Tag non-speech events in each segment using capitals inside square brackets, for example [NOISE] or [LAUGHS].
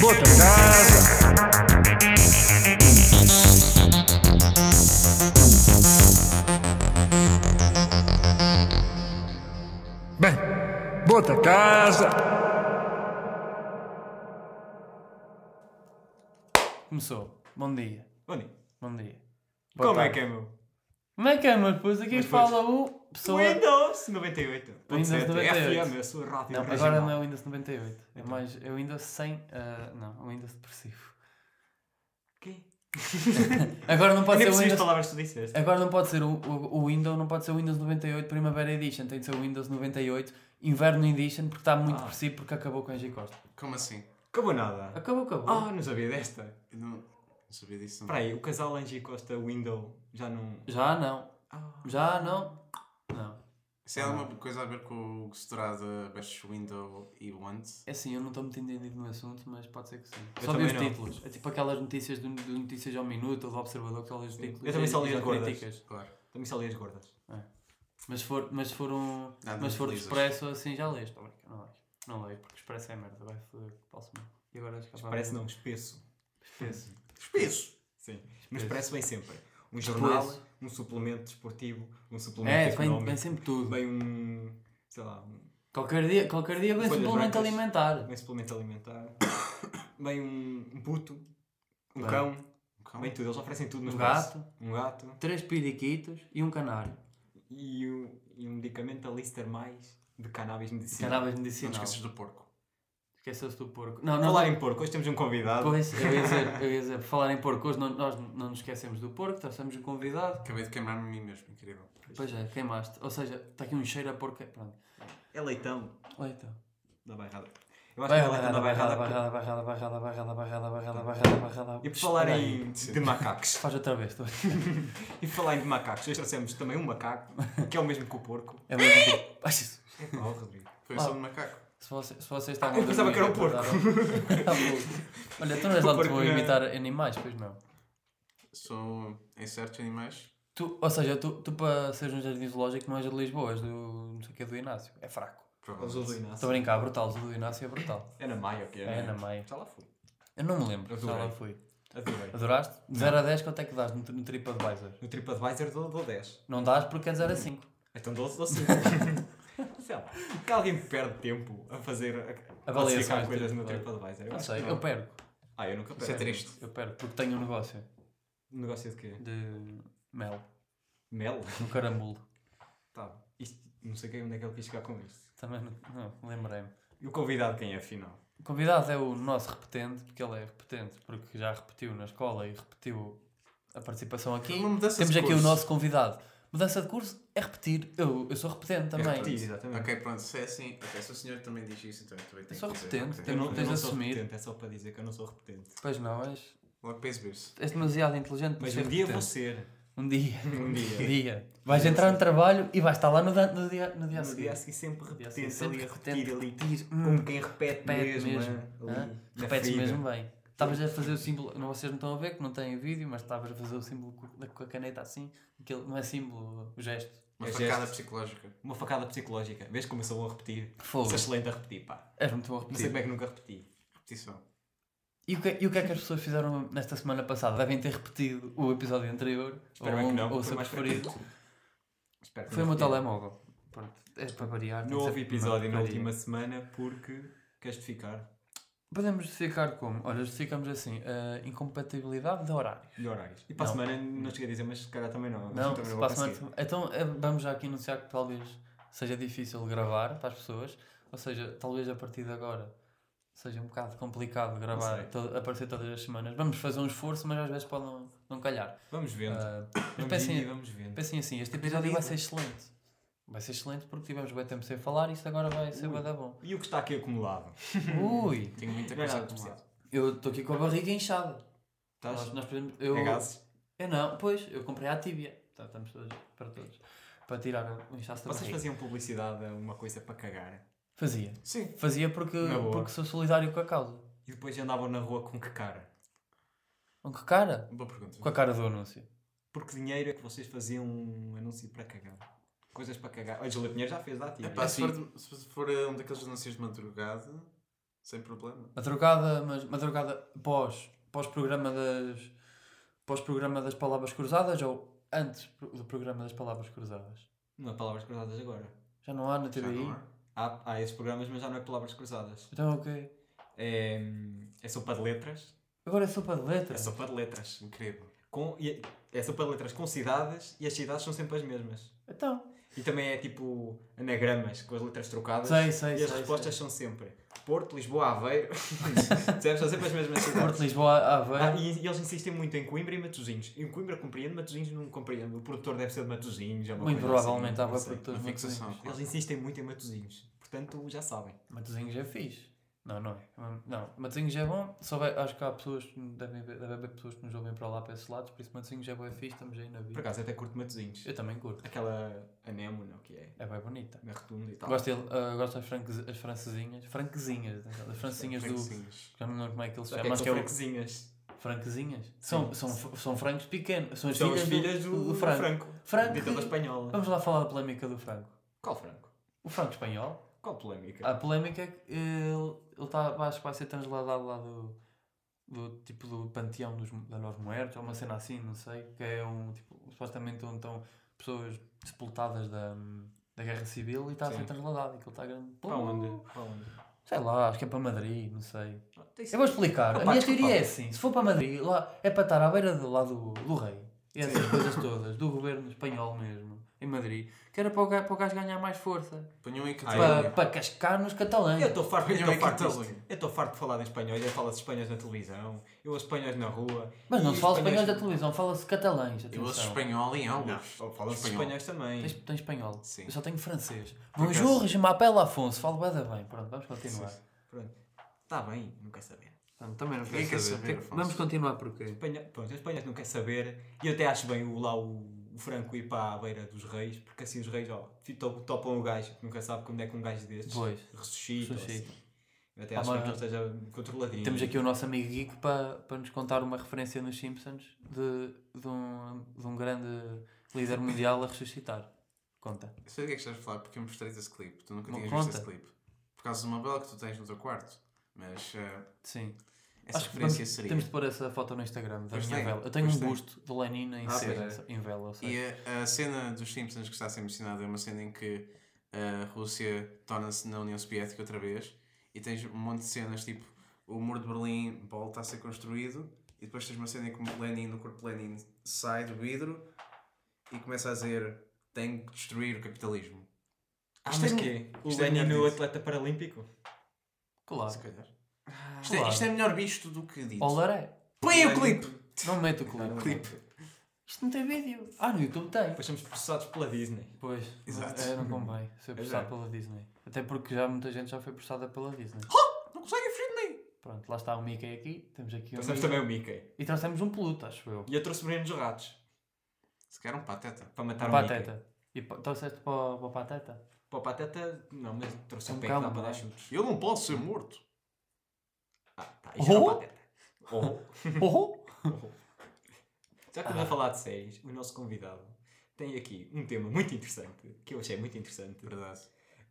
Bota casa. Bem, bota casa. Começou. Bom dia. Mano, Bom dia. Boa como é tarde. que é, meu? Como é que é, meu? Pois aqui Mas, pois. fala o é- pessoa. Windows 98. Windows 98. FM, é eu sou rádio Não, regional. agora não é o Windows 98. É Então. mais. É o Windows 100. ah, não, é o Windows depressivo. Quê? Agora não Eu pode nem ser o percebi as Windows. palavras que tu disseste. Agora não pode ser o, o, o Windows, não pode ser o Windows 98 Primavera Edition, tem de ser o Windows 98 Inverno Edition porque está muito Ah. depressivo porque acabou com a G Costa. Como assim? Acabou nada. Acabou, acabou. Ah, não sabia desta. Eu não, não sabia disso. Espera aí, o casal Angie Costa Window já não... Já não. Ah, Já não. Não. Isso é alguma coisa a ver com o Strada versus Window e Want? É assim, eu não estou muito entendido no assunto, mas pode ser que sim. Eu só vi os também não. títulos. É tipo aquelas notícias do, do Notícias ao Minuto ou do Observador que só lês os Sim. títulos. Eu também e- só e li já as gordas. criticas. Claro. também só li as gordas. Mas for, mas for um. Ah, não mas for do utilizas. expresso assim já lês. Tá bem, que eu não leio. Não leio, porque o expresso é merda, vai foder posso mesmo. E agora acho que Parece não, espesso. é Espesso. Espesso! Sim, mas parece bem sempre. Um Espesso. jornal, um suplemento desportivo, um suplemento É, vem, económico. vem sempre tudo. Bem um... Sei lá, um, Qualquer dia, qualquer dia vem Folhas suplemento brancas. alimentar. bem suplemento alimentar. [COUGHS] bem um, um puto. Um Bem. cão. Calma. Bem tudo, eles oferecem tudo no Um espaço. gato, Um gato. três periquitos e um canário. E, o, e um medicamento a Lister Mais de cannabis medicinal. Canáveis Não te medicinal. esqueças do porco. Esqueceu-se do porco. Não, não. Falar em porco, hoje temos um convidado. Pois, eu ia dizer, eu ia dizer, por falar em porco, hoje não- nós não nos esquecemos do porco, nós estamos um convidado. Acabei de queimar-me a mim mesmo, incrível. Pois é, queimaste. Ou seja, está aqui um cheiro a porco. Pronto. É leitão Olha então. da bairrada. Eu acho que é leitão da bairrada. porque- barrada, barrada, barrada, barrada, barrada, barrada, barrada. E por falar Espera aí. em de macacos. Faz outra vez, tu. E por falar em de macacos, hoje trouxemos também um macaco, que é o mesmo que [LAUGHS] o porco. [LAUGHS] É mesmo que- Ai, Jesus. É pau, Rodrigo. Foi Ah. só um macaco. Se vocês, se vocês estavam eu pensava que era um dormir, porco. eu tava- Tá Olha, tu não és [LAUGHS] O lá de porco boa a não é. imitar animais, pois não? Sou em certos animais. Tu, ou seja, tu, tu para seres um jardim zoológico não és de Lisboa, és do. não sei o que do Inácio. É fraco. Os Provavelmente. do Estou a Inácio. brincar, brutal. O do Inácio é brutal. É na Maia, o que É Ana Maia. Já lá fui. Eu não me lembro, já Adorei. lá fui. Adorei. Adoraste? De 0 a 10, quanto é que dás no, no TripAdvisor? No TripAdvisor dou, dou 10. Não dás porque é de 0 a 5. Então dou, [LAUGHS] dou 5. Sei lá. Que alguém perde tempo a fazer. A, a Avaliações classificar do coisas no TripAdvisor. TripAdvisor. Eu Não acho sei, que eu perco. Ah, eu nunca Isso perdi. é triste. Eu perco porque tenho um negócio Negócio de quê? de mel, Mel? no caramulo. Tá. Isto, não sei quem- onde é que ele quis chegar com isto. Também não, não lembrei-me. E o convidado quem é, afinal? O convidado é o nosso repetente, porque ele é repetente, porque já repetiu na escola e repetiu a participação aqui. Foi uma mudança Temos de aqui o curso. nosso convidado. Mudança de curso é repetir. Eu, eu sou repetente também. É repetido, exatamente. Ok, pronto, se é assim. Ok, se o senhor também diz isso, então eu também tenho sou que dizer. repetente, ok. tenho- tens de sou assumir. repetente, é só para dizer que eu não sou repetente. Pois não, és, Logo para exibir-se. és demasiado inteligente para Mas ser um dia vou repetente. ser. Um dia. [LAUGHS] Um dia. Um dia. Vais entrar no trabalho e vais estar lá no, da- no dia, no dia a No Um dia a seguir. seguir sempre dia a repetente, seguir, sempre ali a repetir ali. repetir. Como quem repete, Repete mesmo. mesmo. é? hã? Ali, na Repetes ferida. mesmo bem. Estavas a fazer o símbolo, não, vocês não estão a ver, que não tem o vídeo, mas estavas a fazer o símbolo co- da- com a caneta assim, aquele, não é símbolo, o gesto. Uma É facada gesto. psicológica. Uma facada psicológica. Vês como eu sou bom a repetir? Fogo. Sou excelente a repetir, pá. És muito bom a Não sei repetir. como é que nunca repeti. Repetição. E o, que, e o que é que as pessoas fizeram nesta semana passada? Devem ter repetido o episódio anterior, Espero ou, bem que um- não. ou o Foi seu mais preferido. frequente. Espero que Foi o não meu repita. telemóvel. Pronto, é para variar. tem Não de houve ser uma episódio na porcaria. última semana porque queres-te ficar Podemos justificar como? Olha, justificamos assim: a incompatibilidade de horário. de horários. E para a Não. semana não cheguei a dizer, mas se calhar também não. então Não, também se vou para a semana- conseguir. Então eh, vamos já aqui anunciar que talvez seja difícil gravar para as pessoas, ou seja, talvez a partir de agora seja um bocado complicado gravar sei. to- aparecer todas as semanas. Vamos fazer um esforço, mas às vezes pode não, não calhar. Vamos vendo. Ah, mas vamos indo e pensem, vamos vendo. pensem assim: este episódio vai ser excelente. Vai ser excelente porque tivemos bem tempo sem falar e isto agora vai ser bué da [LAUGHS] bom. E o que está aqui acumulado? Ui! Tenho muita Não é coisa nada a especial. Eu estou aqui com a barriga inchada. Nós, Estás? nós podemos- eu, É gases? eu não, pois, eu comprei a tíbia. Tá, estamos todos para todos. Para tirar o inchaço da Vocês barriga. faziam publicidade a uma coisa para cagar Fazia. Sim. Fazia porque, Na boa. porque sou solidário com a causa. e depois andavam na rua com que cara? Com que cara? Boa pergunta. Com a cara do anúncio. Por que dinheiro é que vocês faziam um anúncio para cagar? coisas para cagar. Olha, Júlia Pinheiro já fez da tia. Epá, É se, Sim. for, de- se for eh, um daqueles anúncios de madrugada, sem problema. Madrugada, mas madrugada pós, pós programa das pós programa das palavras cruzadas ou antes pro- do programa das palavras cruzadas? Não é palavras cruzadas agora. Já não há na Já TVI? não há. Há, há esses programas, mas já não é palavras cruzadas. Então ok. É, é sopa de letras. Agora é sopa de É letras. sopa de letras. Incrível. Com, e- é sopa de letras com cidades e as cidades são sempre as mesmas. Então, E também é tipo anagramas com as letras trocadas. sei, sei, E sei. as respostas são sempre Porto, [LAUGHS] Lisboa, Aveiro. Percebes? São sempre as mesmas sei. Porto cidades. de Lisboa, Ah, Aveiro. e, e eles insistem muito em Coimbra e Matosinhos. Em Coimbra compreendo, Matosinhos não compreendo. O produtor deve ser de Matosinhos. é uma Muito coisa assim, provavelmente há não bué sei. produtores Uma fixação. matosinhos. claro. Eles insistem muito em Matosinhos. Portanto, já sabem. Matosinhos é fixe. Não, não é. Não, Matosinhos é bom. Só vai- acho que há pessoas que devem ver, deve haver pessoas que nos ouvem para lá para esses lados, por isso Matosinhos é bom, é fixe, estamos aí na Por vida. acaso, até curto Matosinhos. Eu também curto. Aquela anémona, o que é? É bem bonita. Na rotunda e tal. Gosto, dele, ah, gosto das franquez- as francesinhas. Franquezinhas, assim, as francesinhas do. Francinhos. Já não lembro como é que eles Só se que chamam, mas são que é o. franquezinhas. Franquezinhas? São, são, são francos pequenos. São as São filhas, as filhas do, do Franco. Então, Franco Ah. Ditador que- espanhola. Vamos lá falar da polémica do Franco. Qual Franco? O Franco espanhol. Qual polémica? A polémica é que ele, ele tá, acho que vai ser transladado lá do, do tipo do panteão dos, da Los Muertos, ou uma cena assim, não sei, que é um tipo, supostamente onde estão pessoas sepultadas da, da Guerra Civil e está a Sim. ser transladado e que ele está grande. Para onde? Para onde? Sei lá, acho que é para Madrid, não sei. Ah, tem Eu vou explicar. Opa, a minha desculpa. teoria é assim: se for para Madrid, lá é para estar à beira de, lá do, do rei. E essas coisas todas, do governo espanhol mesmo, em Madrid, que era para o gajo, para o gajo ganhar mais força. Ponham um em Ah, para, Catalunha. para cascar nos catalães. Eu estou farto, eu Espanhol estou em farto, Catalunha. disto. eu estou farto de falar em espanhol, eu falo espanhóis na televisão, eu ouço espanhóis na rua. Mas não e se fala espanhol da espanhóis- televisão, fala-se catalães. Eu ouço atenção. espanhol em Não, aulas. fala-se espanhóis também. Tens, tens espanhol. Sim. Eu só tenho francês. Por acaso- Bonjour, je m'appelle Afonso. Falo bué da bem. Pronto, vamos continuar. Pronto. Está bem, não quer saber. Pronto, também não Ninguém quero quer saber, Tem- Afonso. Vamos continuar porquê? Espanhol, pronto, os espanhóis não quer saber, e eu até acho bem o, lá o, o Franco ir para a beira dos reis, porque assim os reis, ó, fi- to- topam o gajo, que nunca sabe quando é que um gajo destes Pois. ressuscita. ou Ressuscita. assim. Eu até Ah, acho mas- bem que ele esteja controladinho. Temos aqui o nosso amigo Geek para, para nos contar uma referência nos Simpsons de, de, um, de um grande líder mundial a ressuscitar. Conta. Eu Sei do que é que estás a falar, porque eu mostrei esse clipe. Tu nunca Não tinhas conta. visto esse clipe. Por causa de uma bela que tu tens no teu quarto. Mas eh, Sim. essa Acho que referência vamos- seria. Temos de pôr essa foto no Instagram da Pois minha tem, vela. Eu tenho pois um tem. busto de Lenina em, Ah, cera, pois em vela. eu sei. E é a, a cena dos Simpsons que está a ser mencionada é uma cena em que a Rússia torna-se na União Soviética outra vez e tens um monte de cenas tipo o muro de Berlim volta a ser construído e depois tens uma cena em que o Lenin, o corpo de Lenin sai do vidro e começa a dizer tenho que destruir o capitalismo. Ah, Isto mas é- quê? o Isto é Leonardo no disse. atleta paralímpico? Claro. Se calhar. é. Isto, Claro. é, isto é melhor visto do que dito. Olaré. Põe aí o Lenin- clipe! Não mete o Não, não, clipe. não. Isto não tem vídeo. Ah, no YouTube tem. Depois somos processados pela Disney. Pois, Exato. é, não convém ser Pois processado é. pela Disney. Até porque já muita gente já foi processada pela Disney. Não conseguem fugir de mim! Pronto, lá está o Mickey aqui. Temos aqui um. Trouxemos também o Mickey. E trouxemos um peluto, acho eu. E eu trouxe Breno dos Ratos. Se calhar um pateta. Para matar Um o Mickey. pateta. E pa- trouxeste para o para o pateta? Para o Pateta, não, mas trouxe Um um pé que dá calma, para dar não é? chutes. Eu não posso ser morto. Ah, tá, isso era Oh! o Pateta. [LAUGHS] Oh! Oh, oh. Já que Ah. estamos a falar de séries, o nosso convidado tem aqui um tema muito interessante, que eu achei muito interessante, Verdade.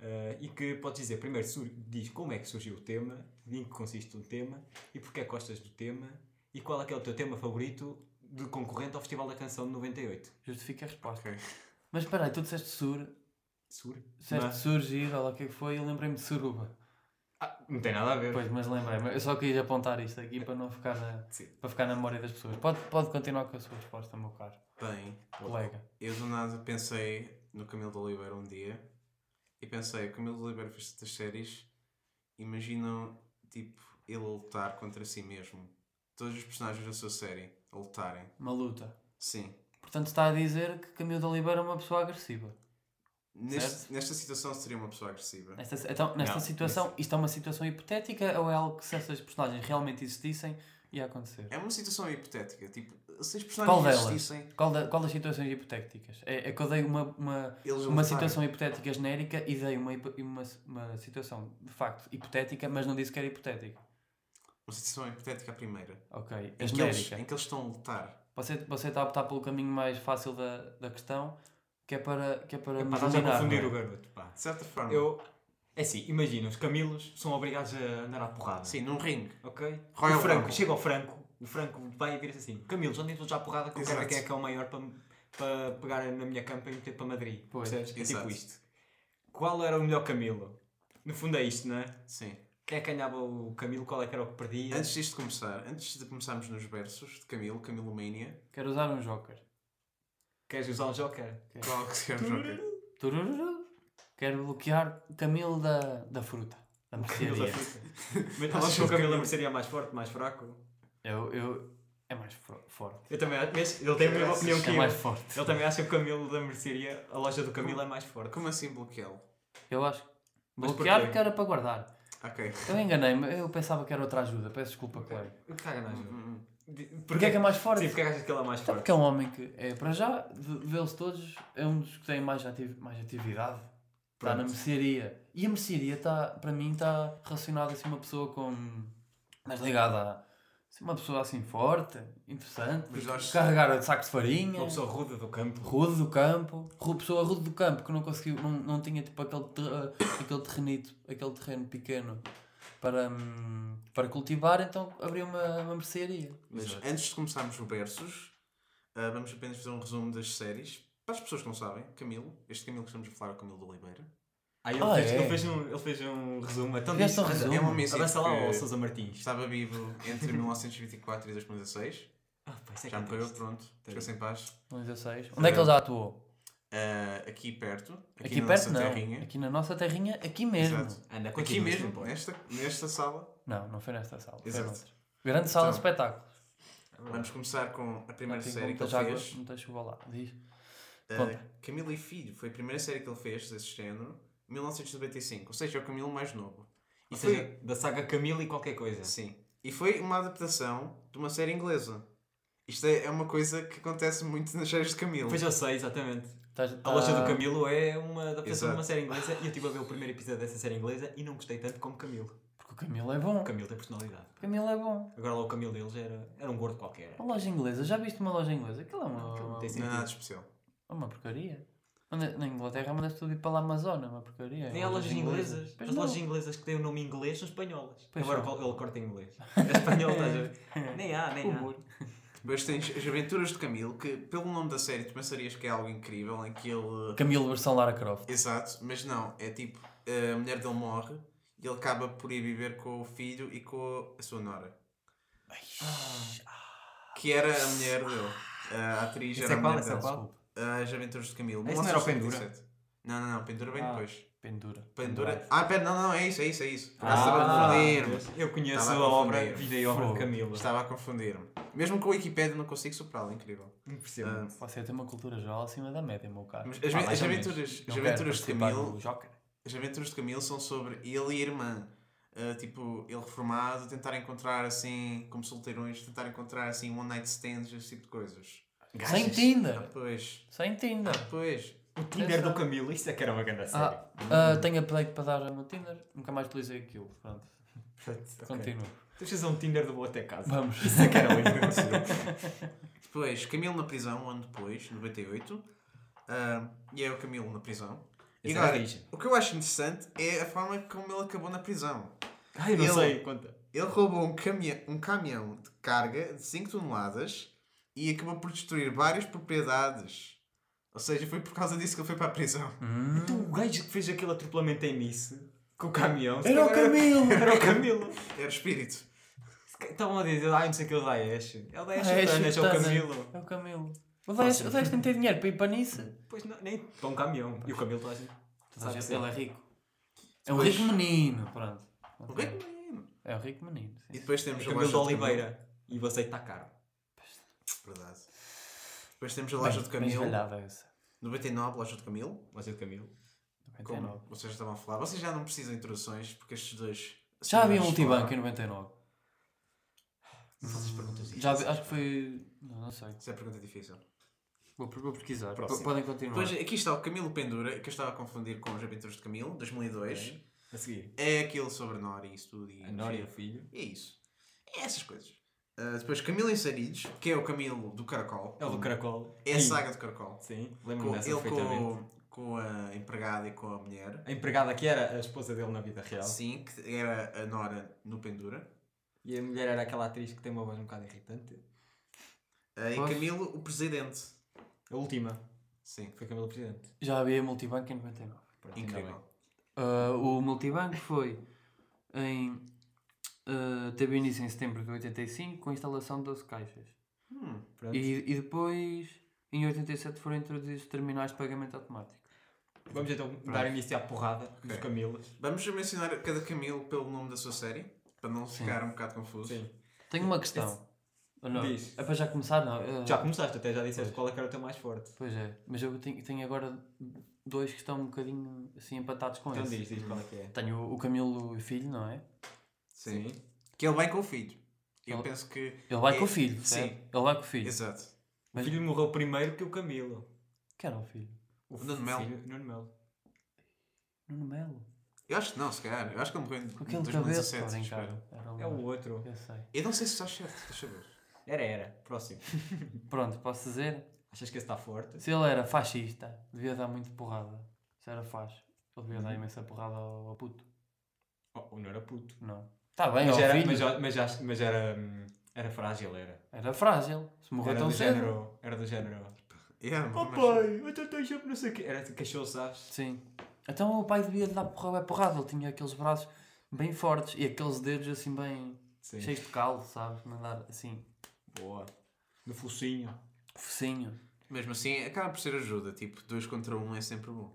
eh, e que podes dizer, primeiro sur- diz como é que surgiu o tema, em que consiste o tema, e porque é que gostas do tema, e qual é que é o teu tema favorito de concorrente ao Festival da Canção de 98. Justifica a resposta. Ok. Mas espera aí, tu disseste sur, Sur? disseste Mas- surgir, olha o que é que foi, e eu lembrei-me de suruba. Ah, não tem nada a ver. Pois, mas lembrei-me. Eu só quis apontar isto aqui para não ficar na, Sim. para ficar na memória das pessoas. Pode, pode continuar com a sua resposta, meu caro Bem, colega. Eu do nada pensei no Camilo de Oliveira um dia e pensei, o Camilo de Oliveira fez estas séries, imaginam tipo ele a lutar contra si mesmo. Todos os personagens da sua série a lutarem. Uma luta. Sim. Portanto, está a dizer que Camilo de Oliveira é uma pessoa agressiva. Neste, nesta situação seria uma pessoa agressiva. Nesta, então, nesta Não, situação, isto é uma situação hipotética ou é algo que se essas personagens realmente existissem ia acontecer? É uma situação hipotética. Tipo, se os Qual personagens delas? existissem, Qual, da- qual das situações hipotéticas? É, é que eu dei uma, uma, eles a uma lutarem. situação hipotética genérica e dei uma, hipo- uma, uma situação de facto hipotética, mas não disse que era hipotética. Uma situação hipotética a primeira. Ok, é Em que, eles, genérica. em que eles estão a lutar. Você, você está a optar pelo caminho mais fácil da, da questão, que é para, que é para É nos pá, estás a dominar, confundir não o é? garoto, pá. De certa forma. Eu. É assim, imagina, os Camilos são obrigados a andar à porrada. Sim, num ringue. Ok? Royal o Franco, Rumble. chega ao Franco, o Franco vai e vira-se assim: Camilos, andem todos à porrada que eu quero Exato. ver quem é que é o maior para, para pegar na minha campa e meter para Madrid. Pois, Percebes? É exato. tipo isto. Qual era o melhor Camilo? No fundo é isto, não é? Sim. Quem é que ganhava o Camilo? Qual é que era o que perdia? Antes disto começar, antes de começarmos nos versos de Camilo, Camilo Mania, Quero usar um joker. Queres usar um Joker? qual que se chama o jogo? Turururu. Quero bloquear Camilo da, da fruta. Da Camilo da mercearia. fruta. Mas achas que o Camilo da mercearia é mais forte, mais fraco? Eu, eu, é mais fro- forte. Eu também acho, mas ele tem a mesma opinião que É eu. mais forte. Ele também acha que o Camilo da mercearia, a loja do Camilo é mais forte. Como assim bloqueá-lo? Eu acho. Mas bloquear porquê? que era para guardar. Ok. Eu enganei-me, eu pensava que era outra ajuda. Peço desculpa, Cleber. Caga na ajuda. Hum, hum. Porquê é que é mais forte? Sim, porque é que achas que ele é mais Até forte? porque é um homem que, é, para já, de- vê-los todos, é um dos que tem mais, ativi- mais atividade. Está na Pronto. mercearia. E a mercearia, está, para mim, está relacionada assim uma pessoa com. mais ligada a. assim, uma pessoa assim forte, interessante, Mas nós- carregar de saco de farinha, Uma pessoa ruda do campo. rude do campo, ru- pessoa rude do campo que não conseguiu, não, não tinha tipo aquele, ter- aquele terrenito, aquele terreno pequeno para, hum, para cultivar, então abriu uma, uma mercearia. Mas Exato. antes de começarmos o versos, ah, vamos apenas fazer um resumo das séries. Para as pessoas que não sabem, Camilo, este Camilo que estamos a falar é o Camilo de Oliveira. Ah, ele, Ah, fez, é? ele, fez um, ele fez um resumo. Então Fizeste diz, um avança- resumo? É uma mesa Avança lá que ao Sousa Martins. Estava vivo [LAUGHS] entre 1924 e 2016. Ah, pá, isso é que Já é morreu, triste. pronto. Ficou sem paz. Não 16. Onde é que ele já atuou? Ah, aqui perto. Aqui, na nossa perto não. terrinha. Aqui na nossa terrinha, aqui mesmo. Exato. Anda, Aqui continua, não mesmo, pode. nesta, nesta sala. Não, não foi nesta sala. Foi Exato. noutra. Grande sala de Então, espetáculo. Assim, Vamos começar com a primeira Aqui, série que ele muita água, fez. muita chuva lá. Diz. Ah, Conta. Camilo e Filho foi a primeira série que ele fez desse género, 1995. Ou seja, é o Camilo mais novo. E Ou foi- seja, da saga Camilo e qualquer coisa. Sim. E foi uma adaptação de uma série inglesa. Isto é é uma coisa que acontece muito nas séries de Camilo. Pois eu sei, exatamente. Estás- A loja ah, do Camilo é uma adaptação Exato. de uma série inglesa e eu estive a ver o primeiro episódio dessa série inglesa e não gostei tanto como Camilo. Porque o Camilo é bom. O Camilo tem personalidade. O Camilo é bom. Agora lá o Camilo deles era, era um gordo qualquer. Uma loja inglesa. Já viste uma loja inglesa? Aquilo é uma, Aquilo não tem Não é sentido. nada de especial. uma porcaria. Onde- é, Na Inglaterra mandaste tudo ir para lá Amazona, uma porcaria. Nem há lojas inglesas. Pois As não. lojas inglesas que têm o nome inglês são espanholas. Pois Agora são. ele corta em [LAUGHS] inglês. É espanhol, estás a ver? Nem há, nem há. Humor. Depois tens As Aventuras de Camilo, que pelo nome da série tu pensarias que é algo incrível, em que ele. Camilo versão Lara Croft. Exato, mas não. É tipo, a mulher dele morre e ele acaba por ir viver com o filho e com a sua nora. Ah, Que era a mulher dele. A atriz era Essa é a qual? mulher Essa é dele. qual? As Aventuras de Camilo. Esse não era o 1977. Não, não, não. Pendura bem Ah. depois. Pendura. Pandora. Ah, pera, não, não, é isso, é isso, é isso. Ah, é estava a meu confundir-me. Deus. eu conheço Estava a a obra, confundir. vida e obra de Fogo. Camilo. Estava a confundir-me. Mesmo com a Wikipedia não consigo superá-la, incrível. Ah, Impressionante. Você tem uma cultura geral acima da média, meu caro. Mas as, Ah, as mais ou aventuras, Não as quero aventuras de participar Camilo, do Joker. as aventuras de Camilo são sobre ele e a irmã. Ah, tipo, ele reformado, tentar encontrar assim, como solteirões, tentar encontrar assim one night stands, esse tipo de coisas. Sem É. Ah, Tinder. pois, Ah, Sem Tinder. pois. O Tinder do Camilo, isso é que era uma grande série. Ah, ah, tenho update para dar ao meu Tinder. Nunca mais utilizei aquilo. Pronto. Portanto, ok. Continuo. Tu fizes um Tinder do Boa até [LAUGHS] casa. Vamos. Isso é que [LAUGHS] era assim. uma grande série. Depois, Camilo na prisão, um ano depois, 98. Ah, e é o Camilo na prisão. E Esse era agora, fixe. o que eu acho interessante é a forma como ele acabou na prisão. Ai, não Ele- sei, conta. Ele roubou um, camia- um caminhão de carga de 5 toneladas e acabou por destruir várias propriedades. Ou seja, foi por causa disso que ele foi para a prisão. [LAUGHS] Hum. Então o gajo que fez aquele atropelamento em Nice, com o caminhão... se Era o calhar Camilo! [LAUGHS] Era o Camilo! Era espírito. Se ca- Estavam a dizer, ai, não sei o que, o Daesh. É o Daesh, Ah, é o Daesh, é o chutana. Camilo. É o Camilo. O Daesh o Daesh tem que ter dinheiro para ir para Nice. Pois não, nem... Para um caminhão. E o Camilo está assim. Sabe que sim. Ele é rico. É um Pois. rico menino. Pronto. O que é que menino? É um rico menino. sim. E depois temos Camilo de do Oliveira. E você está caro. Camilo. Verdade. Depois temos a loja do Camilo. Bem esvalhada essa. 99, loja do Camilo. Você é o Camilo. Como 99. vocês já estavam a falar. Vocês já não precisam de introduções porque estes dois. Já havia um senhores multibanco em falaram. 99. Essas perguntas Já havia- acho que foi. Não, não sei. Essa é a pergunta difícil. Vou, vou pesquisar. Próximo. P- Podem continuar. Depois, é? aqui está o Camilo Pendura, que eu estava a confundir com os Aventuras de Camilo, 2002. Ok. A seguir. É aquele sobre Nori e isso tudo. E A Nória, o filho. É isso. É essas coisas. Ah, depois Camilo Insarides, que é o Camilo do Caracol. É o do caracol. É a Sim. saga do Caracol. Sim, Com, lembro-me dessa ele perfeitamente. com, com a empregada e com a mulher. A empregada que era a esposa dele na vida real. Sim, que era a Nora no Pendura. E a mulher era aquela atriz que tem uma voz um bocado irritante. Ah, e Pois. Camilo, o presidente. A última. Sim, Foi Camila Presidente. Já havia multibanco em 99. Pronto, ainda incrível. bem. Ah, o multibanco foi em. ah, teve início em setembro de 85 com a instalação de 12 caixas. Hum, Pronto. E, e depois, em 87, foram introduzidos terminais de pagamento automático. Vamos então dar início à porrada dos Ok. Camilas. Vamos mencionar cada Camilo pelo nome da sua série, para não ficar um bocado confuso. Sim. Tenho uma questão. Ou não? Diz. É para já começar, não? Ah, Já começaste, até já disseste qual é que era o teu mais forte. Pois é, mas eu tenho, tenho agora dois que estão um bocadinho assim empatados com Então esse. diz, diz qual é que é. Tenho o- o Camilo Filho, não é? Sim. Que ele vai com o filho. Eu Ele- penso que. Ele vai É, com o filho, sim. certo? Ele vai com o filho. Exato. O Mas- filho morreu primeiro que o Camilo. Quem era o filho? O Nuno Melo. filho- Nuno Melo. Nuno Melo. Eu acho que não, se calhar. Eu acho que ele morreu em Com aquele 2017. cabelo. tá Porém, espero. cara, era É o um... outro. Eu sei. Eu não sei se está certo, deixa eu ver. Era, era. Próximo. Pronto, posso dizer? Achas que esse está forte? Se ele era fascista, devia dar muito porrada. Se era faz, ele devia Uhum. dar imensa porrada ao, ao puto. Oh, o Nuno era puto. Não. Está bem, Tá Mas, ao era, É, filho. mas, já- mas, já- mas era, hum, era frágil, era. Era frágil. Se morreu Era tão do cedo. género. Era do género. Yeah, Oh É, mas- assim, pai, eu estou sempre não sei o quê. Era de cachorro, sabes? Sim. Então o pai devia lhe dar porrada, porrada. Ele tinha aqueles braços bem fortes e aqueles dedos assim bem Sim. cheios de caldo, sabes? Mandar assim, Boa. No focinho. focinho. Mesmo assim, acaba por ser ajuda. Tipo, dois contra um é sempre bom.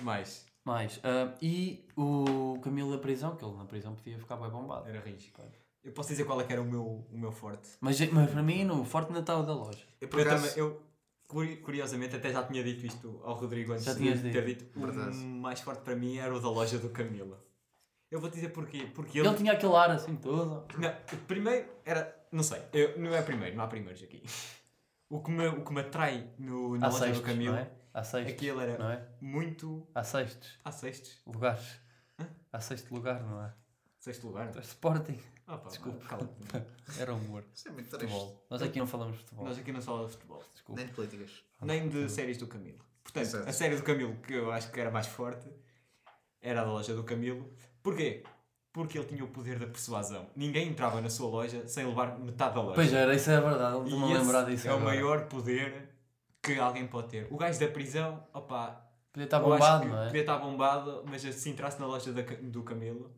Mais. Mais. ah, e o Camilo da prisão, que ele na prisão podia ficar bem bombado. Era risco. Eu posso dizer qual é que era o meu, o meu forte. Mas, mas para mim, no Forte Natal da loja. Eu, por Eu, acaso, também, eu curi- curiosamente até já tinha dito isto ao Rodrigo antes Já de tinhas ter dito. O Verdade. mais forte para mim era o da loja do Camila. Eu vou te dizer porquê. Porque ele. Ele tinha aquele ar assim todo. Não, o primeiro era. Não sei. Eu, não é primeiro, não há primeiros aqui. O que me, o que me atrai no, na Há loja sextos, do Camilo não é? Há é? sextos, que ele era não é? muito. Há sextos Há sextos. lugares. Hã? Há sexto lugar, não é? Sexto lugar. Sporting. Ah, pá, Desculpa. cala-te. Era humor. Isso é muito triste. Futebol. Nós aqui não falamos de futebol. um Ah, Nós aqui não falamos de futebol. Desculpa. Nem de políticas. Nem de séries do Camilo. Portanto, Exato. a série do Camilo que eu acho que era mais forte era a da loja do Camilo. Porquê? Porque ele tinha o poder da persuasão. Ninguém entrava na sua loja sem levar metade da loja. Pois era, isso é verdade. Não E estou-me a esse lembrar disso. é o agora. maior poder que alguém pode ter. O gajo da prisão, opá, Podia estar eu acho bombado, que não é? Podia estar bombado, mas se entrasse na loja da Ca- do Camilo,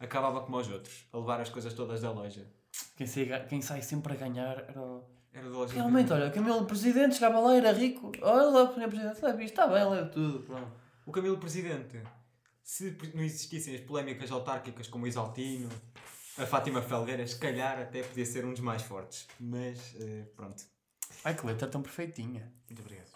acabava como aos outros, a levar as coisas todas da loja. Quem sai, quem sai sempre a ganhar era o. Era da loja do Realmente, Camilo. olha, Camilo Presidente chegava lá, era rico. Olha lá, o Presidente, leva isto, está bem, leva tudo. Pronto. O Camilo Presidente. Se pre- não existissem as polémicas autárquicas como o Exaltino, a Fátima Felgueiras, se calhar até podia ser um dos mais fortes. Mas, eh, pronto. Ai que letra tão perfeitinha. Muito obrigado.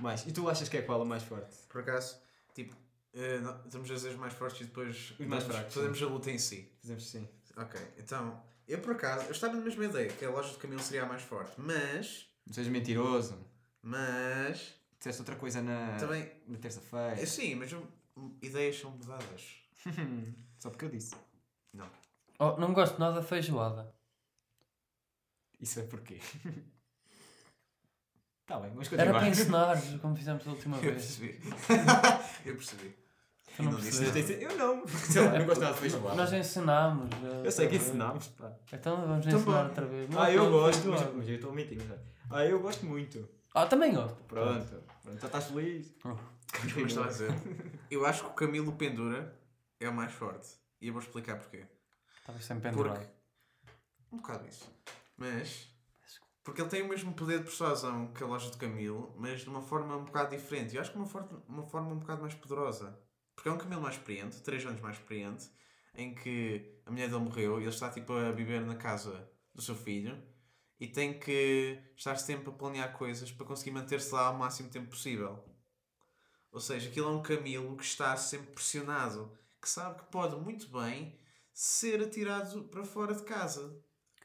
Mais. E tu achas que é qual o mais forte? Por acaso, tipo, eh, não- estamos a dizer os mais fortes e depois Os mais fazemos- fracos, fazemos a luta em si. Fizemos sim. Ok, então, eu por acaso, eu estava na mesma ideia que a loja de Camilo seria a mais forte, mas, Não sejas mentiroso. mas, Disseste outra coisa na, também, na terça-feira. eh, sim, mas hum, ideias são mudadas. Só porque eu disse. Não. Oh, não gosto nada de feijoada. Isso é porquê. [LAUGHS] Tá bem, mas Era continua. [LAUGHS] para ensinar, como fizemos a última Eu [LAUGHS] vez. percebi. eu percebi. Eu não Não disse percebi. Eu não. [LAUGHS] Sei lá, eu não gosto nada de feijoada. Nós ensinámos. eh, Eu sei que outra vez. ensinámos, pá. Então vamos Então ensinar bom. outra vez. Não Ah, é eu para gosto, mas, feijoada. mas eu estou mentindo já. Ah, eu gosto muito. Ah, também gosto. Pronto, pronto, já estás feliz. Oh. Como eu estava a dizer, eu acho que o Camilo Pendura é o mais forte. E eu vou explicar porquê. Estava sempre pendurado. Um bocado isso. Mas. Porque ele tem o mesmo poder de persuasão que a loja do Camilo, mas de uma forma um bocado diferente. Eu acho que uma, forte, uma forma um bocado mais poderosa. Porque é um Camilo mais experiente, três anos mais experiente, em que a mulher dele morreu e ele está tipo a viver na casa do seu filho e tem que estar sempre a planear coisas para conseguir manter-se lá o máximo tempo possível. Ou seja, aquilo é um Camilo que está sempre pressionado, que sabe que pode muito bem ser atirado para fora de casa.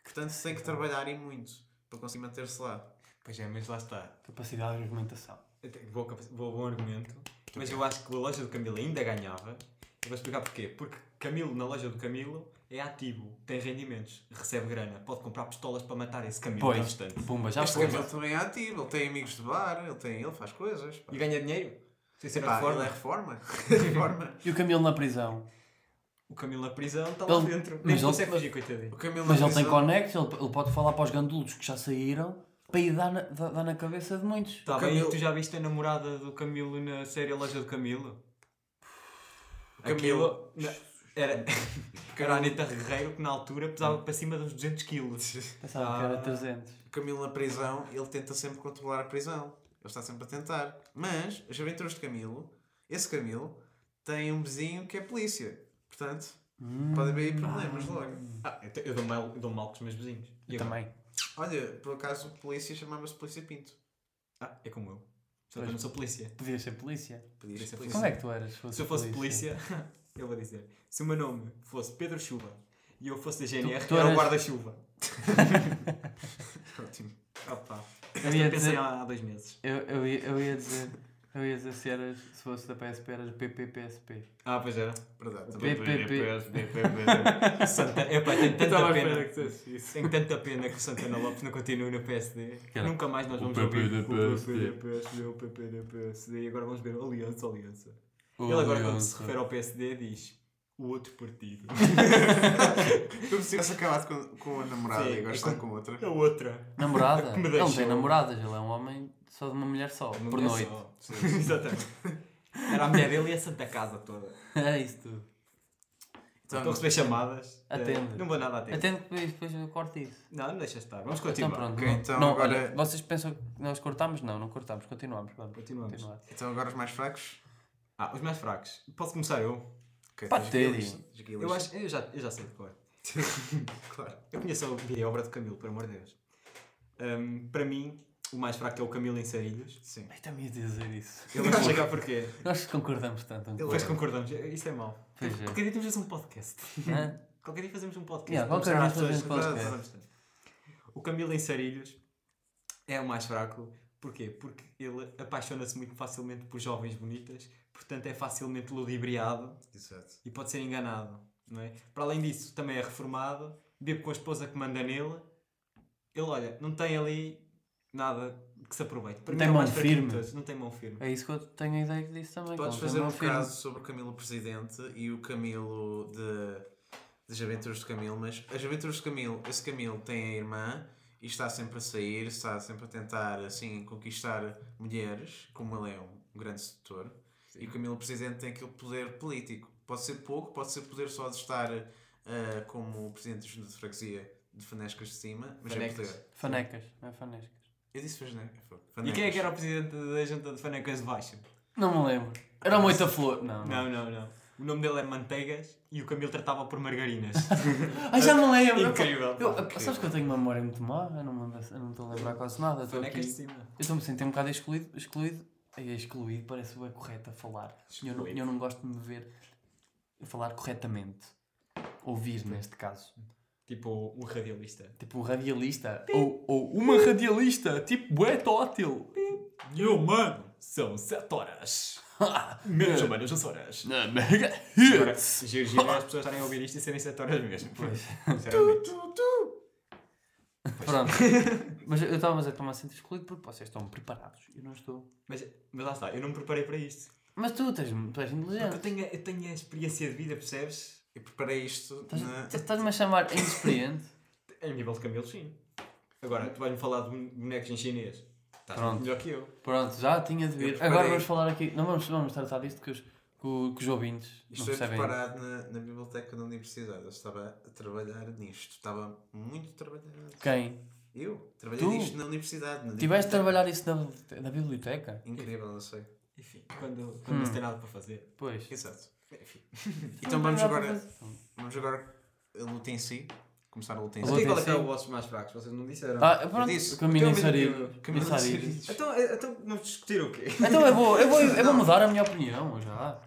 Portanto, tem é. que trabalhar e muito para conseguir manter-se lá. Pois é, mas lá está. Capacidade de argumentação. Eu tenho- Boa, capa- boa- bom um argumento. Mas eu acho que a loja do Camilo ainda ganhava. Eu vou explicar porquê. Porque Camilo, na loja do Camilo, é ativo, tem rendimentos, recebe grana, pode comprar pistolas para matar esse caminho Pois. constante. Pumba, já Este foi. gajo ele também é ativo, ele tem amigos de bar, ele, tem, ele faz coisas. Pá. E ganha dinheiro? Sem ser Pá, Ele a é forma. reforma. [LAUGHS] reforma. E o Camilo na prisão. O Camilo na prisão está lá Ele- dentro. mas Nem ele- consegue fugir, coitadinho. O Camilo Mas na ele tem prisão- conectos, ele, ele pode falar para os gandulos que já saíram para ir dar na, dar dar na cabeça de muitos. Está o Tá bem, Camilo- e tu já viste a namorada do Camilo na série A Loja do Camilo? O Camilo. Camilo- na- Era, [LAUGHS] era a Anitta Guerreiro que na altura pesava para cima de uns 200 quilos. Pensava que era 300. O Camilo na prisão, ele tenta sempre controlar a prisão. Ele está sempre a tentar. Mas as aventuras de Camilo, esse Camilo, tem um vizinho que é polícia. Portanto, Hum. pode haver aí problemas logo. [LAUGHS] Ah, eu te- eu dou mal, eu dou mal com os meus vizinhos. é? E Eu agora? também. Olha, por acaso, polícia chamava-se Polícia Pinto. Ah, é como eu. Só que Pois. eu não sou polícia. Podias ser polícia. Podia Polícia ser Isso. Como polícia. é que tu eras? Se eu fosse polícia, [LAUGHS] eu vou dizer. Se o meu nome fosse Pedro Chuva e eu fosse da GNR, Tu- tu era o eras- [LAUGHS] guarda-chuva. Ótimo. Opa. Eu Esta ia eu pensei dizer- há, há dois meses. Eu, eu, ia, eu ia dizer. Eu ia dizer se eras, se fosse da PSP, eras PPPSP. Ah, pois era. Verdade. também. PPP. [LAUGHS] Santa... Epá, tenho tanta pena. fosse isso. Tenho tanta pena que o Santana Lopes não continue no PSD. Cara, Nunca mais nós o vamos PP ouvir da PSD. o PP da PSD, o PP da PSD. E agora vamos ver Aliança, Aliança. Ele agora quando se refere ao PSD diz o outro partido. Como se tivesse acabado com, com a namorada Sim, e agora é está como- com outra. [LAUGHS] A outra. Namorada? Que me Ele não tem deixou. namoradas, ele é um homem só de uma mulher só, Uma por mulher noite. [LAUGHS] só. Exatamente. Era a mulher dele e a Santa Casa toda. Era É isso tudo. Então, Estou a receber chamadas. Atende. Eh, Não vou nada atender. Atendo que depois, depois eu corto isso. Não, não deixa estar. Vamos Então continuar. pronto. Ok, não- então não, agora- olha, vocês pensam que nós cortámos? Não, não cortámos, continuamos. Vamos. Continuamos. Continuar. então agora os mais fracos. Ah, os mais fracos. Posso começar eu? Ok, Pá, tens Teddy. guilis, tens guilis. um- Eu acho. Eu já, eu já sei de [LAUGHS] cor. Claro. Eu conheço a vida e a obra de Camilo, por amor de Deus. Ahm, para mim, o mais fraco é o Camilo em Sarilhos. Sim. Eu também ia dizer isso. [LAUGHS] Ele vai explicar porquê. Nós concordamos tanto. um com o Depois outro. concordamos. Isto é mau. Pois é. Qualquer dia temos de fazer um podcast. Hã? Qualquer dia fazemos um podcast. Yeah, Vamos qualquer mostrar dia às fazemos um pessoas. podcast. Vamos mostrar. O Camilo em Sarilhos é o mais fraco. Porquê? Porque ele apaixona-se muito facilmente por jovens bonitas, portanto é facilmente ludibriado Exato. e pode ser enganado. Não é? Para além disso, também é reformado, bebe com a esposa que manda nele. Ele, olha, não tem ali nada que se aproveite. Para Não mim tem é o mão mais fraquinho de firme. todos, Não tem mão firme. É isso que eu tenho a ideia que disse Então, também. Podes que ele fazer tem um mão firme. caso sobre o Camilo Presidente e o Camilo de, das Aventuras de Camilo, mas as Aventuras de Camilo, esse Camilo tem a irmã e está sempre a sair, está sempre a tentar assim conquistar mulheres, como ele é um grande sedutor. E o Camilo Presidente tem aquele poder político. Pode ser pouco, pode ser poder só de estar ah, como presidente de junta de freguesia de Fanescas de cima, mas é Fanecas. poder. Fanecas, não é fanescas. Eu disse Fanescas. E quem é que era o presidente da junta de fanecas de baixo? Não me lembro. Era uma oita flor. Não, não. Não, não, não. O nome dele é Manteigas e o Camilo tratava por margarinas. Ai, já me lembro. [LAUGHS] Incrível. Eu, pá. eu- sabes que eu tenho uma memória muito má? Eu não, me lembro- eu não me estou a lembrar quase nada. eu Estou aqui. Fanecas de Eu cima. estou-me a sentir um bocado excluído. excluído. Ai, excluído, parece bem correto a falar. E Eu não, Excluído. eu não gosto de me ver a falar corretamente. Ouvir, neste caso. Tipo um radialista. Tipo um radialista. Ou, ou uma radialista. Tipo bué tótil. Eu, mano, são 7 horas. [LAUGHS] Menos ou menos 2 horas. Na mega Agora, giro, giro é as pessoas estarem a ouvir isto e serem 7 horas mesmo. Pois. Sinceramente. Pronto. [LAUGHS] Mas eu estava a dizer, estou-me a sentir excluído porque vocês estão preparados. Eu não estou. Mas, mas lá está, eu não me preparei para isto. Mas tu, tens, tu és Porque eu inteligente. tenho, a- eu tenho a experiência de vida, percebes? Eu preparei isto na... Estás- Estás-me a chamar inexperiente? Em nível de Camilo, sim. Agora, tu vais-me falar de bone- bonecos em chinês. Estás Pronto. melhor que eu. Pronto, já tinha de Eu ver. preparei. Agora vamos falar aqui. Não vamos, vamos tratar disto que os, que, o- que os ouvintes não é Isto foi percebem. preparado na, na biblioteca da universidade. Eu estava a trabalhar nisto. Estava muito trabalhado. Quem? Eu trabalhei Tu? nisto na universidade. Na Tiveste de biblioteca. trabalhar isso na, na biblioteca? Incrível, não sei. Enfim, quando, quando Hum. não se tem nada para fazer. Pois. Exato. [LAUGHS] Enfim. Então vamos Não tem nada agora, para fazer. vamos agora a luta em si. Começar a luta em A Mas si. luta- e qual é dizer que é sim. o vosso mais fraco? Vocês não disseram. Ah, pronto. disse, Caminho em então, sarilho. caminho Caminho em em sarilho. sarilho. Então, eh, então não discutiram o quê? Então eu vou, eu vou, eu vou Não. mudar a minha opinião já.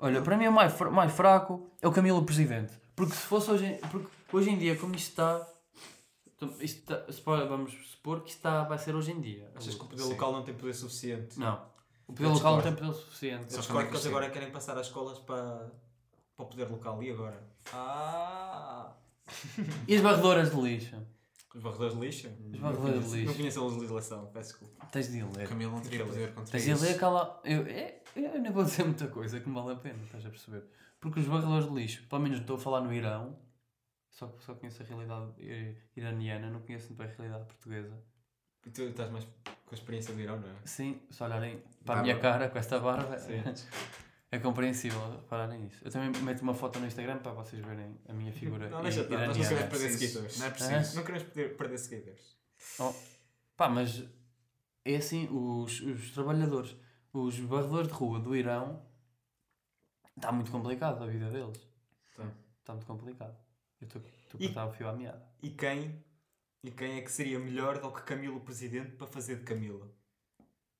Olha, para mim é o mais, fra- mais fraco é o Camilo Presidente. Porque se fosse hoje, em- porque hoje em dia, como isto está. então, Isto está supor- vamos supor que isto está, vai ser hoje em dia. Achas que o poder Sim. local não tem poder suficiente? Não. assim. O Eu poder local não tem discordo. poder suficiente. Só Só que que eles sim. agora querem passar as escolas para, para o poder local. E agora? Ah! E as barredoras de lixo? Os varredores de lixo? Os varredores de Não lixo. conheço a legislação, peço desculpa. Tens de ir ler. Camilo não teria Aquele- poder contra Tens de ir É isso. ler aquela. Eu, é- eu não vou dizer muita coisa que me vale a pena, estás a perceber? Porque os barredores de lixo, pelo menos estou a falar no Irão, só, só conheço a realidade eh, iraniana, não conheço muito bem a realidade portuguesa. E tu estás mais com a experiência do Irão, não é? Sim, se olharem para Dá a minha ba- cara com esta barba, Sim. [LAUGHS] é compreensível pararem isso. Eu também meto uma foto no Instagram para vocês verem a minha figura Não, i- deixa tá, estar, nós não iraniana. Não é queremos perder preciso. seguidores. Não é preciso. Não queremos perder, perder seguidores. Pá, mas é assim, os, os trabalhadores, os barredores de rua do Irão, está muito complicado a vida deles. Tá. Está muito complicado. Eu estou a E- cortar o fio à meada. E quem? E quem é que seria melhor do que Camilo Presidente para fazer de Camilo?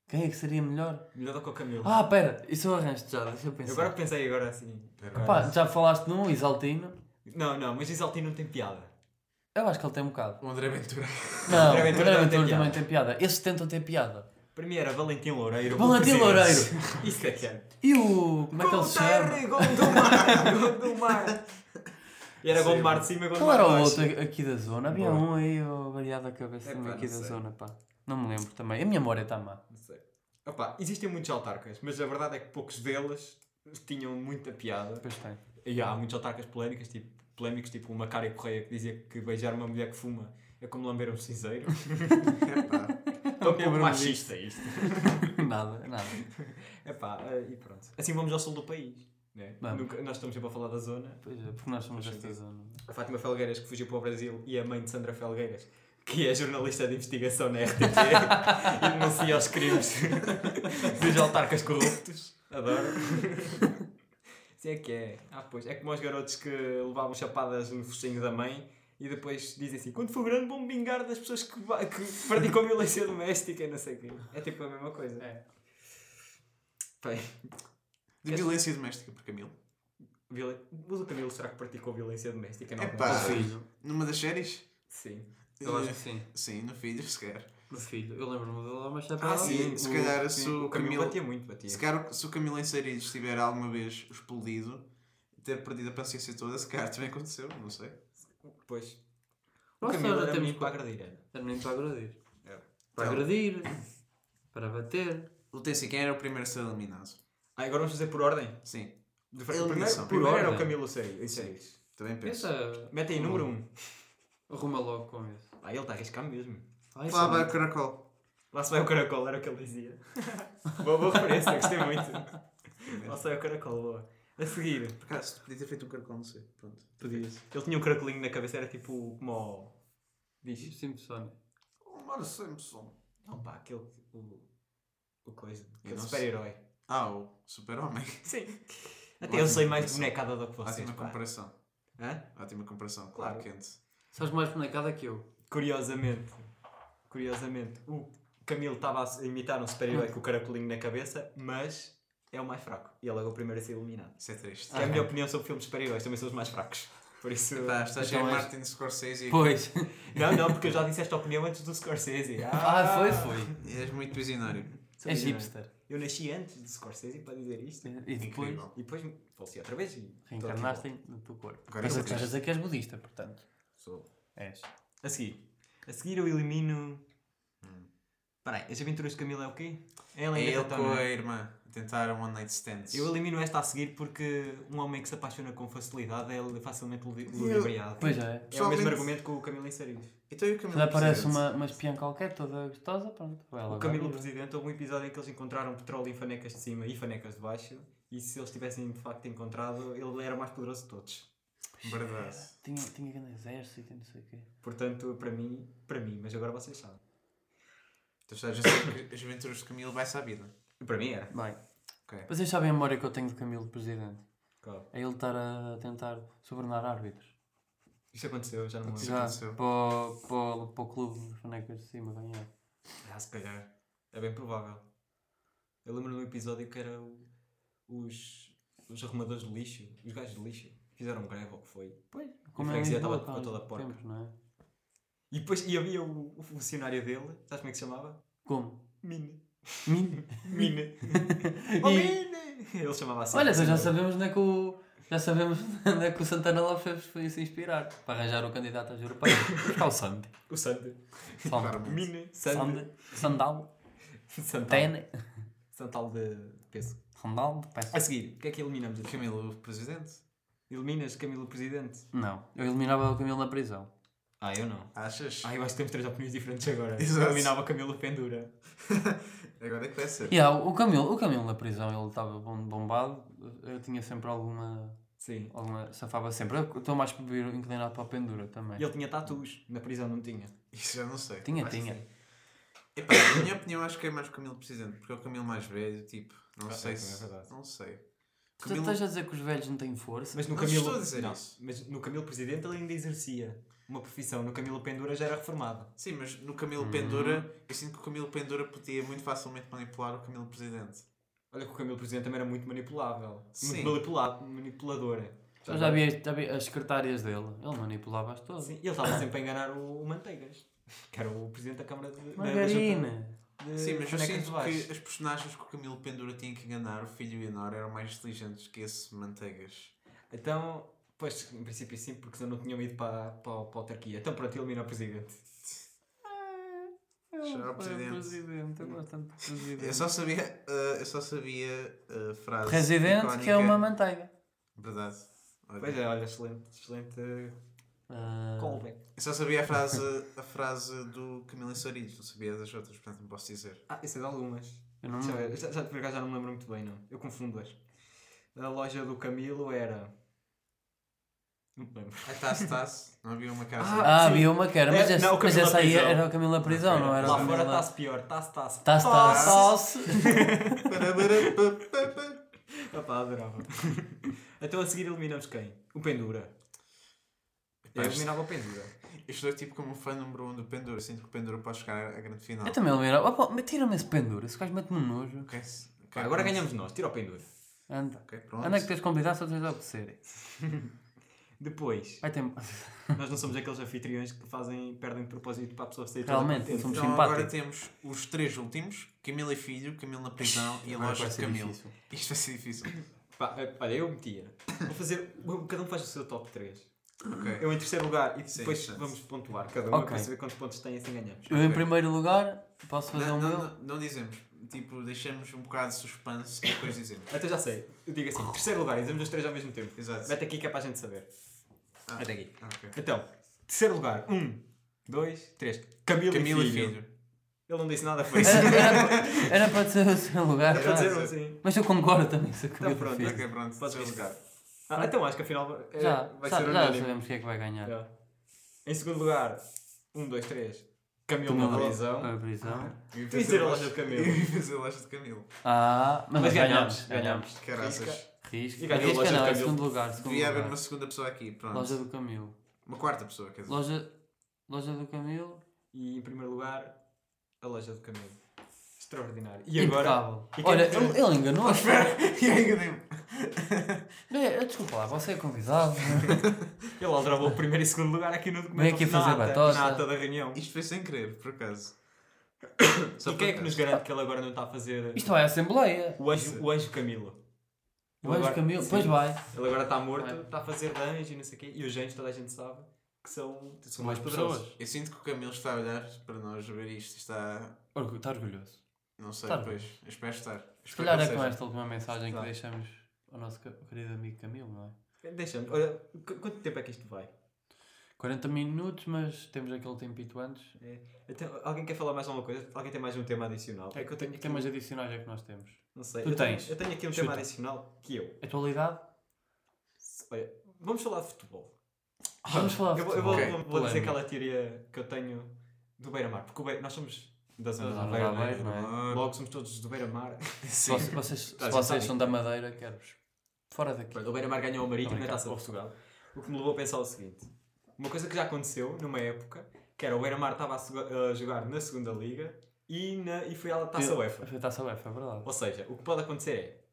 Quem é que seria melhor? Melhor do que o Camilo. Ah, pera, isso eu arranjo já, deixa eu Eu pensar. agora pensei agora assim. Espera. agora- Pá, já falaste num, Isaltino. Não, não, mas Isaltino não tem piada. Eu acho que ele tem um bocado. O André Ventura. [LAUGHS] Não, André André Ventura Ventura também tem também piada. tem piada. Esses tentam ter piada. Para mim era Valentim Loureiro. Valentim o presidente. Loureiro. [LAUGHS] Isso é que era. E o. Como é que ele se chama? [LAUGHS] Gondomar, Gondomar. E era Sim. Gondomar de cima, Qual Gondomar era de o baixo. outro aqui da zona? Havia Boa. um aí, oh, variado a cabeça Epá, um aqui É não da sei. zona, pá. Não me lembro também. A minha memória está má. Não sei. Opa, existem muitos autarcas, mas a verdade é que poucos deles tinham muita piada. Depois tem. E há muitos autarcas polémicas, tipo, polémicos, tipo uma cara correia que dizia que beijar uma mulher que fuma é como lamber um cinzeiro. Epá. Então, Ok, é Bruno, machista isto. [LAUGHS] nada, nada. Epá, eh, e pronto. Assim vamos ao sul do país. Né? Vamos. Nunca- nós estamos sempre a falar da zona. Pois é, porque nós somos Faz desta zona. A Fátima Felgueiras, que fugiu para o Brasil, e a mãe de Sandra Felgueiras, que é jornalista de investigação na RTP e denuncia os crimes dos autarcas corruptos. Adoro. Isso é que é. Ah, pois. É como os garotos que levavam chapadas no focinho da mãe e depois dizem assim: quando for grande, vão vingar das pessoas que, va- que praticam violência doméstica e não sei o quê. É tipo a mesma coisa. É. Bem, De violência doméstica por Camilo. violen- Mas o Camilo será que praticou violência doméstica? Não, Epá. No filho. Numa das séries? Eh, Sim. Eu É. acho que sim. Sim, no filho, se calhar. No filho. Eu lembro-me dele lá, mas já Ah, sim. se calhar se o o Camilo Camilo- batia muito, batia. Se calhar, se o Camilo em Seirilhos estiver alguma vez explodido, ter perdido a paciência toda, se calhar também aconteceu, não sei. Pois. O Nossa, Camilo já era temos muito para agredir, era. Terminei para agredir. É. Para Então- agredir, para bater. Lutei-se assim, quem era o primeiro a ser eliminado. Ah, agora vamos fazer por ordem? Sim, De Ele primeiro, disse, primeiro, não. era Por o ordem. Camilo Seio. Isso é isso. também penso. Pensa, Mete aí número 1. Um. arruma logo com isso. Ah, ele está a arriscar mesmo. Ai, Lá vai sabe. o caracol. Lá se vai o caracol, era o que ele [LAUGHS] dizia. boa, boa referência, gostei muito. Lá se vai o caracol, boa. A seguir, Por acaso, podia ter feito um caracol, não sei. Pronto. podia-se. Ele tinha um caracolinho na cabeça, era tipo como o... Diz. é Simpsons. O Mar Simpson. Não pá, aquele... O, o coisa. Aquele não sei. super-herói. Ah, o super-homem. Sim. Até Ótima eu sei mais de comparação. bonecada do que vocês, Ótima pá. comparação. Hã? Ótima comparação, Claro. claro. é Quente. Sabes mais bonecada que eu. Curiosamente, curiosamente, o Camilo estava a imitar um super-herói com o caracolinho na cabeça, mas é o mais fraco. E ele é o primeiro a ser eliminado. Isso é triste. Ah, Que é a minha opinião sobre filmes de super-heróis, também são os mais fracos. [LAUGHS] Por isso. Tá, está cheio Então de é- Martin Scorsese e- [LAUGHS] Pois. Não, não, porque eu já disse esta opinião antes do Scorsese. [LAUGHS] Ah, foi, foi. e és muito visionário. É hipster. Eu nasci antes do Scorsese para dizer isto. E depois Incrível. E depois faleci outra vez e. reencarnaste no teu corpo. Agora Mas sou tu estás a Cristo. dizer que és budista, portanto. Sou. És. A seguir. A seguir eu elimino. Hum. Espera aí, as aventuras de Camilo é o quê? Ela É ainda ele tá com na- a irmã a tentar um one night stand. Eu elimino esta a seguir porque um homem que se apaixona com facilidade é facilmente ludi- Eu- ludibriado. Pois é. É o mesmo Pessoalmente- argumento que o Camilo em Sarios. Então e o Camilo Já aparece Presidente? uma, uma espiã qualquer, toda gostosa, pronto. Vai lá, O vai. Camilo Presidente houve um episódio em que eles encontraram petróleo em fanecas de cima e fanecas de baixo e se eles tivessem de facto encontrado, ele era o mais poderoso de todos. Verdade. Tinha, tinha grande exército e não sei o quê. Portanto, para mim, para mim, mas agora vocês sabem. Tu estás a dizer que as aventuras de Camilo vai-se à vida. Para mim era. Bem. Ok. Vocês sabem a memória que eu tenho de Camilo Presidente? Claro. É ele estar a tentar sobornar árbitros. Isto aconteceu, já não me Isso lembro. Já, aconteceu. para o, para, o, para o clube dos bonecas de cima ganhar. Ah, se calhar. É bem provável. Eu lembro de um episódio que era o- os, os arrumadores de lixo, os gajos de lixo, fizeram um greve ou o que foi. Pois, a em freguesia estava- Lisboa, ficou toda há porca. é tempos, não é? E depois e havia o, o funcionário dele, sabes como é que se chamava? Como? Mine. Mine. Mine. E- [LAUGHS] Oh, Mine! Ele chamava assim. Olha, então já sabemos onde é que o, Já sabemos [LAUGHS] onde é que o Santana Lopes foi se inspirar para arranjar o candidato às europeias. Buscar o Sande. O Sandy. Sande. Mine. Sandy. Sande. Sandal. Santal. Tene. Santal de peso. Ronaldo. Peço. A seguir, o que é que eliminamos? aqui? Camilo, presidente. Eliminas Camilo Presidente? Não. Eu eliminava o Camilo na prisão. Ah, eu não. Achas? Ah, eu acho que temos três opiniões diferentes agora. Exato. Eu eliminava Camilo Pendura. Agora é que vai ser. E há o Camilo, o Camilo na prisão, ele estava bom- bombado. Eu tinha sempre alguma. Sim. alguma safava sempre. Eu estou mais bebê inclinado para a pendura também. E ele tinha tatus. Na prisão não tinha. Isso já não sei. Tinha, Acho que assim, tinha. sim. Epá, na minha opinião, acho que é mais o Camilo presidente, porque é o Camilo mais velho, tipo. Não Ah, sei é, se. também é verdade. não sei. Tu estás a dizer que os velhos não têm força? Mas no Não Camilo. estou a dizer não, isso. Mas no Camilo Presidente ele ainda exercia uma profissão. No Camilo Pendura já era reformado. Sim, mas no Camilo Hum. Pendura, eu sinto que o Camilo Pendura podia muito facilmente manipular o Camilo Presidente. Olha que o Camilo Presidente também era muito manipulável. Sim. Muito manipulado, manipulador. é. Eu já vi, já vi as secretárias dele. Ele manipulava-as todas. Sim, ele estava sempre a enganar o, o Manteigas, que era o presidente da Câmara de da- da Margarina. Junta de Sim, mas eu Bonecas Eh, de sinto Baixo. que as personagens que o Camilo Pendura tinha que enganar, o filho e a Nora, eram mais inteligentes que esse Manteigas. Então, pois, em princípio sim, porque senão não tinham ido para, para, para a autarquia. Então pronto, elimina o presidente. É Será o o presidente. presidente. Eu gosto tanto de presidente. Eu [LAUGHS] só sabia, eh, eu só sabia a frase. Presidente icónica. que é uma manteiga. Verdade. Olha. Pois é, olha, excelente, excelente eh, Ah, callback. Eu só sabia a frase, a frase do Camilo Ensaridos, não sabia das outras, portanto não posso dizer. Ah, eu sei de algumas. eu não Deixa Hum. eu ver, já, já, é, por acaso já não me lembro muito bem, não. Eu confundo-as. A loja do Camilo era... Não me lembro. A Tasse Tasse, É não havia uma casa. Ah, sim. havia uma que era, mas, É, esse- não, o mas Camilo essa na aí prisão. era o Camilo na prisão, não era o Lá Camilo fora lá. está-se pior, tá se tá-se. Tá, tá, Tá. sauce. Parabarapapapa. Opa, adorava. [LAUGHS] então a seguir eliminamos quem? O Pendura. Eu Epá, eliminava o Pendura. Eu estou tipo como um fã número 1 um do Pendura, sinto que o Pendura pode chegar à grande final. Eu também eliminava. Opa, mas tira-me esse pendura, esse gajo mete-me um nojo. Ok, Pá, ok, agora pronto. ganhamos nós, tira o Pendura. Anda. Ok, pronto. Anda que tens convidado só tens de obedecer. Depois, Vai ter. nós não somos aqueles anfitriões que fazem, perdem de propósito para a pessoa sair toda Realmente, contente. somos Então agora simpáticos. temos os três últimos, Camilo e Filho, Camilo na [LAUGHS] prisão e a Agora loja vai de ser Camilo. difícil. [LAUGHS] Isto vai ser difícil. Pá, eh, olha, eu metia. Vou fazer, cada um faz o seu top 3. Ok. Eu em terceiro lugar e Sim, depois certo. vamos pontuar cada um Ok. para saber quantos pontos tem e assim ganhamos. Eu, em primeiro lugar, posso fazer Não, um não, meu? não- não dizemos. Tipo, deixamos um bocado de suspense e depois dizemos. Até Então já sei. Eu digo assim, terceiro lugar e dizemos os três ao mesmo tempo. Exato. Mete aqui que é para a gente saber. Ah, Mete aqui. ah, ok. Então, terceiro lugar. Um, dois, três. Camilo, Camilo e e filho. Filho. Ele não disse nada, foi isso. Era, era para- era para dizer o seu lugar. Era para claro. dizer um assim. Mas eu concordo também, se acabou Então pronto, de Ok, pronto. Podes seu arriscar. lugar. Ah, então acho que afinal eh, Já, vai já, ser já unânime. sabemos quem é que vai ganhar. Já. Em segundo lugar, 1, 2, 3, Camilo Camilo Ah, na é prisão. Para a prisão. Eu ia Tu ias fazer dizer a [LAUGHS] loja de Camilo. Eu ia fazer a loja de Camilo. Ah, mas, nós Mas ganhámos, ganhámos. ganhámos. Caraças. Risca. Risco. E ganhou a Risca loja do não, é Camilo. segundo lugar. Segundo Devia haver lugar. uma segunda pessoa aqui. Pronto. Loja do Camilo. Uma quarta pessoa, quer dizer. Loja, loja do Camilo. E em primeiro lugar, a loja do Camilo. Extraordinário. E agora, Impecável. e quem Olha, é que- ele, ele enganou. [LAUGHS] E aí, enganei-me. É, Desculpa lá, você é convidado. ele aldrabou o primeiro e segundo lugar aqui no documento. Vem aqui fazer na ata- batota. Na ata da reunião. Isto foi sem querer, por acaso. Só e por quem é que acaso. nos garante que ele agora não está a fazer Isto é vai à Assembleia. o anjo, o anjo Camilo? O anjo Agora- Camilo. sim. Pois vai. Ele agora está morto, Vai. está a fazer anjos e não sei o quê. E os anjos, toda a gente sabe, que são, são mais Boas poderosos. Eu sinto que o Camilo está a olhar para nós a ver isto e está. Orgu- Está orgulhoso. Não sei, Está. pois. Eu espero estar. Se Espero calhar que é com seja. esta última mensagem que Tá. deixamos ao nosso ca- querido amigo Camilo, não é? Deixa-me, olha, qu- quanto tempo é que isto vai? 40 minutos, mas temos aquele tempito antes. Então, alguém quer falar mais alguma coisa? Alguém tem mais um tema adicional? É que eu tenho temas adicionais é que nós temos. Não sei. Tu eu tenho- tens. eu tenho aqui um tema Chuta. adicional que eu. Atualidade? Olha, vamos falar de futebol. Ah, Vamos falar de Eu, vou- eu vou, futebol. vou- Ok. vou dizer Polémica. aquela teoria que eu tenho do Beira-Mar. Porque o Beira, nós somos da zona Da do zona do Beira-Mar. Aveiro, um não é? Logo somos todos do [LAUGHS] Beira-Mar. Se Sim. vocês, vocês- se Tá, já vocês sabem. são da Madeira, quero-vos fora daqui. O Beira-Mar ganhou o Marítimo na Obrigado. Taça de Portugal. O que me levou a pensar o seguinte. Uma coisa que já aconteceu numa época, que era o Beira-Mar estava a, sega- a jogar na segunda Liga e, na, e foi à Taça Eu- UEFA. Foi Taça UEFA, é verdade. Ou seja, o que pode acontecer é.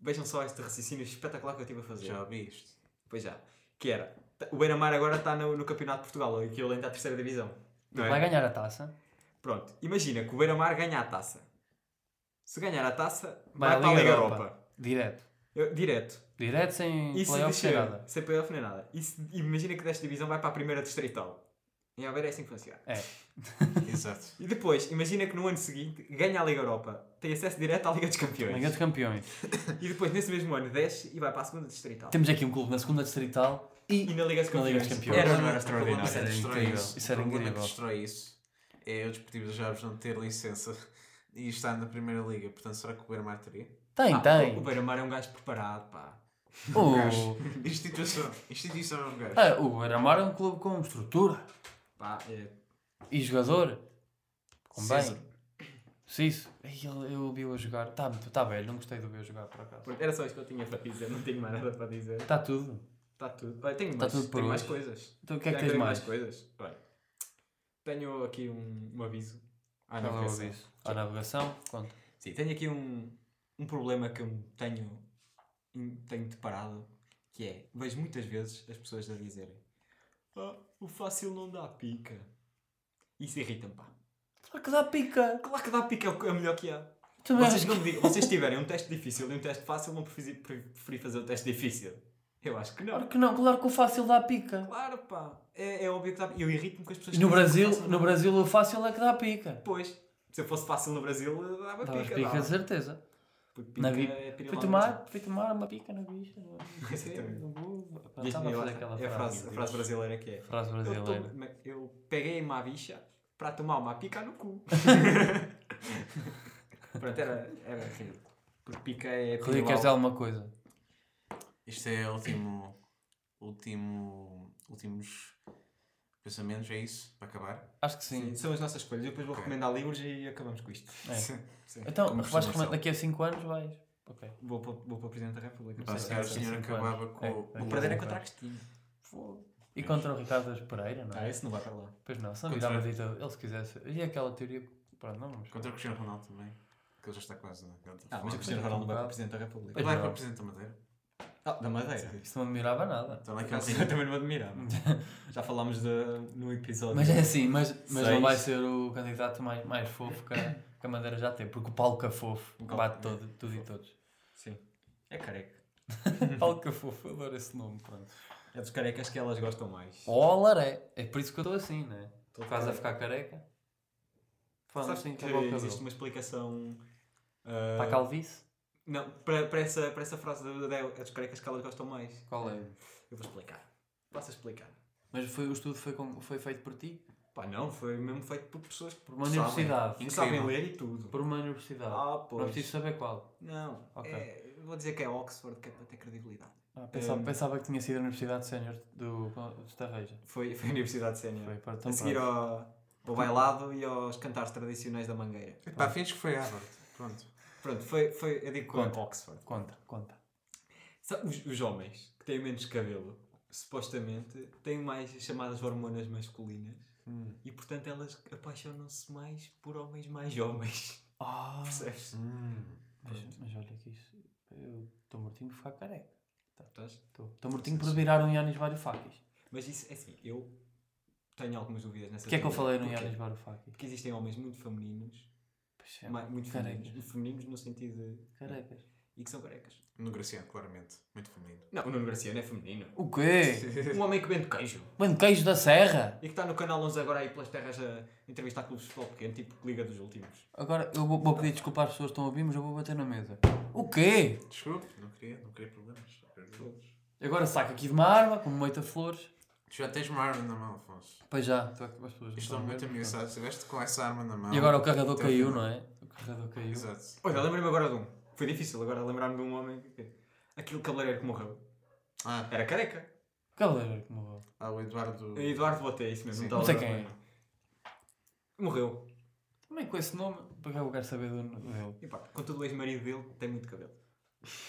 Vejam só este raciocínio espetacular que eu estive a fazer. Já ouvi isto. Pois já. Que era. t- O Beira-Mar agora está no, no Campeonato de Portugal, aquilo ainda à terceira divisão. Não Vai é? ganhar a taça, Pronto. Imagina que o Beira-Mar ganha a taça. Se ganhar a taça, Vai vai, à para a Liga Liga Europa. Europa. direto. Eu- direto. Direto sem E se playoffs um sem descer, nada. sem playoff nem nada. E se- imagina que desta divisão vai para a primeira distrital. Em Aveiro é assim que funciona. É. Exato. E depois, imagina que no ano seguinte ganha a Liga Europa, tem acesso direto à Liga dos Campeões. Liga dos Campeões. E depois, nesse mesmo ano, desce e vai para a segunda distrital. Temos aqui um clube na segunda distrital E na Liga dos Na Campeões. Liga dos Campeões. Era, assim. O não problema- era o problema extraordinário. que Era destrói incrível. isso- Isso era o problema incrível. que destrói isso é o Desportivo dos Aves não ter licença e estar na Primeira Liga. Portanto, será que o Guilherme teria? Tem, Ah, tem. O Beira-Mar é um gajo preparado, pá. Uh. O, Um Instituição. Instituição é um gajo. ah, o Aramar é um clube com estrutura Pá, é... e jogador. Com César. bem. Ciso. Ei, ele- Eu vi-o jogar. Está tá velho, não gostei de o ver jogar por acaso. Pronto, Era só isto que eu tinha para dizer, não tenho mais nada para dizer. Está tudo. Está tudo. Olha, tenho, Tá mais, tudo por tenho mais hoje. coisas. Então o que é Já que tens tenho mais? coisas. Olha, tenho aqui um, um aviso. Ah, Qual é o quer dizer. aviso? A navegação? Conta. Sim, tenho aqui um, um problema que eu me tenho, em- tenho deparado, que é, vejo muitas vezes as pessoas a dizerem "Ah, o fácil não dá pica. Isso irrita-me, pá. Será que dá pica? Claro que dá pica, é o que- é o melhor que há. Tu Vocês, achas não me digam, vocês tiverem um teste difícil e um teste fácil, não preferi, preferi fazer o teste difícil. Eu acho que não. Claro que não, claro que o fácil dá pica. Claro, pá. É, é óbvio que dá pica. Eu irrito-me com as pessoas E no que dizem que Brasil, o fácil no não dá. Brasil o fácil é que dá pica. Pois, se eu fosse fácil no Brasil, dava Dá pica. pica, dava. de certeza. Porque Na vi- é pirilão Fui no Brasil. tomar, fui tomar uma pica na vista. não sei, Exatamente. não vou. Diz-me Estava a lá, fazer aquela é a frase, frase. a frase brasileira que é. Frase Eu, to- brasileira. me- eu peguei uma bicha para tomar uma pica [LAUGHS] no cu. Pronto, era, era assim. Porque pica é Rodrigo, queres dizer pirual. alguma coisa? Isto é o último. último. últimos pensamentos, é isso? Para acabar? Acho que sim. Sim, são as nossas escolhas. Eu depois vou Ok. recomendar livros e acabamos com isto. É. Sim. Então, Como vais costuma recomendar ser. daqui a 5 anos vais. Ok. Vou, para, vou para o Presidente da República. Pá, se sim, calhar o sim, senhor sim, acabava claro. com. É, o- é. O o- perder assim. é contra a Cristina. E contra o Ricardo Aires Pereira, não Ah, é? esse não vai para lá. Pois não, se não Contra- virava dita, ele se quisesse. E aquela teoria. Pronto, não vamos. Contra o Cristiano Ronaldo também. Que ele já está quase. Né? Ele Ah, mas o ele Cristiano Ronaldo Ronaldo vai para vai. o Presidente da vai República. Pois para não. o Presidente é da Madeira. Ah, da Madeira. Isso não me mirava nada. Então, lá que é Acaso, assim. Eu também não me [LAUGHS] admirava. Já falámos de, no episódio. Mas é assim, mas, mas Seis. não vai ser o candidato mais, mais fofo que a, que a Madeira já teve, porque o Paulo Cafofo Paulo- bate todo, tudo e todos. Sim. É careca. Paulo Cafofo, adoro esse nome, pronto. É dos carecas que elas gostam mais. Ou Alaré, é por isso que eu estou assim, né? Tô Estou quase a careca. ficar careca. Falando Sabes assim que com a boca existe dele. uma explicação. Para a ah, calvície? não, para, para, essa, para essa frase da da- é dos carecas que elas gostam mais. Qual é? Eu vou explicar. Posso explicar? Mas foi, o estudo foi, com- foi feito por ti? Pá, não, foi mesmo feito por pessoas que Por uma Sabem. universidade. Incrível. sabem ler e tudo. Por uma universidade. Ah, não pois. preciso saber qual. Não, Ok. é- vou dizer que é Oxford, que é para ter credibilidade. Ah, pensava, Hum. pensava que tinha sido a Universidade Sénior do, do Estarreja. Foi, foi a Universidade Sénior. Foi Então para A seguir ao, ao bailado e aos cantares tradicionais da Mangueira. Pá, fins que foi Harvard. Pronto. Pronto, foi, foi eu digo Conta. com Oxford. Conta, conta. Sa- Os, os homens que têm menos cabelo, supostamente, têm mais chamadas hormonas masculinas e, portanto, elas apaixonam-se mais por homens mais jovens. [LAUGHS] Ah, Percebes? hum. Mas, mas olha que isso. Eu estou mortinho por ficar careca. Estás? Estou mortinho por virar um Yanis Varoufakis. Mas isso, é assim, eu tenho algumas dúvidas nessa Porquê é que eu teoria. falei no Porquê? Yanis Varoufakis? Porque existem homens muito femininos, Pois é, ma- muito femininos, carecas. femininos no sentido de... Carecas. e que são carecas. No Graciano, claramente. Muito feminino. Não, o Nuno Graciano é feminino. O quê? [LAUGHS] Um homem que vende queijo. Mano, queijo da serra? E que está no canal 11 agora aí pelas terras a entrevistar clubes de futebol pequeno, tipo Liga dos Últimos. Agora eu vou, vou pedir desculpa às pessoas que estão a ouvir, mas eu vou bater na mesa. O quê? Desculpe, não queria, não queria problemas. Não queria problemas. Agora saco aqui de uma arma, como moita flores. Tu já tens uma arma na mão, Afonso. Pois já, estou aqui com as pessoas. não Estou estão a é muito ver, portanto. ameaçado. Estiveste com essa arma na mão. E agora o carregador Até ao caiu, final. não é? O carregador caiu. Exato. Olha, lembrei-me agora de um. Foi difícil agora lembrar-me de um homem. que- Aquele cabeleireiro que morreu. Ah, Era careca. O Cavaleiro que morreu. ah, o Eduardo. É Eduardo Boté, isso mesmo. Sim. estava Não sei a lembrar quem é. do nome. Morreu. Também é com esse nome, para que eu quero saber do dele? E pá, contudo, o ex-marido dele tem muito cabelo.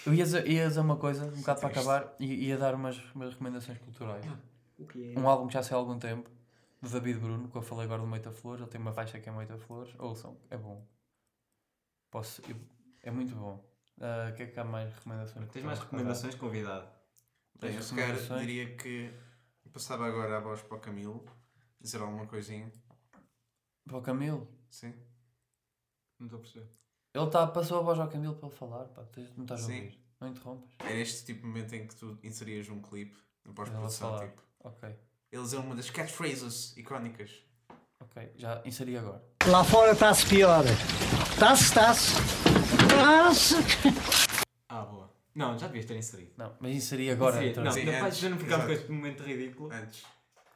Eu ia dizer, ia dizer uma coisa, um bocado para triste. acabar, e ia dar umas, umas recomendações culturais. Ah, O que Um álbum que já saiu há algum tempo, do David Bruno, que eu falei agora do Moita Flores, ele tem uma faixa que é Moita Flores, ouçam, é bom. Posso, eu- é muito bom. Ah, O que é que há mais recomendações? Tens culturais para mais dar? recomendações, convidado? Bem, eu Tens se calhar recomendações? diria que passava agora a voz para o Camilo, dizer alguma coisinha. Para o Camilo. Sim, Não estou a perceber. Ele tá, passou a voz ao Camilo para ele falar, pá, tens- não estás a Sim. ouvir. Não interrompas. Era este tipo de momento em que tu inserias um clipe na Ela pós-produção, falar. tipo. Ok, Eles é uma das catchphrases icónicas. ok. Já inseri agora. Lá fora está-se pior. Está-se, está-se. Está-se. Ah, boa. Não, já devias ter inserido. Não, mas inseri agora. então. outra Inseri- não, vez. Sim, depois antes, de não ficar com exato. É. este momento ridículo, Antes.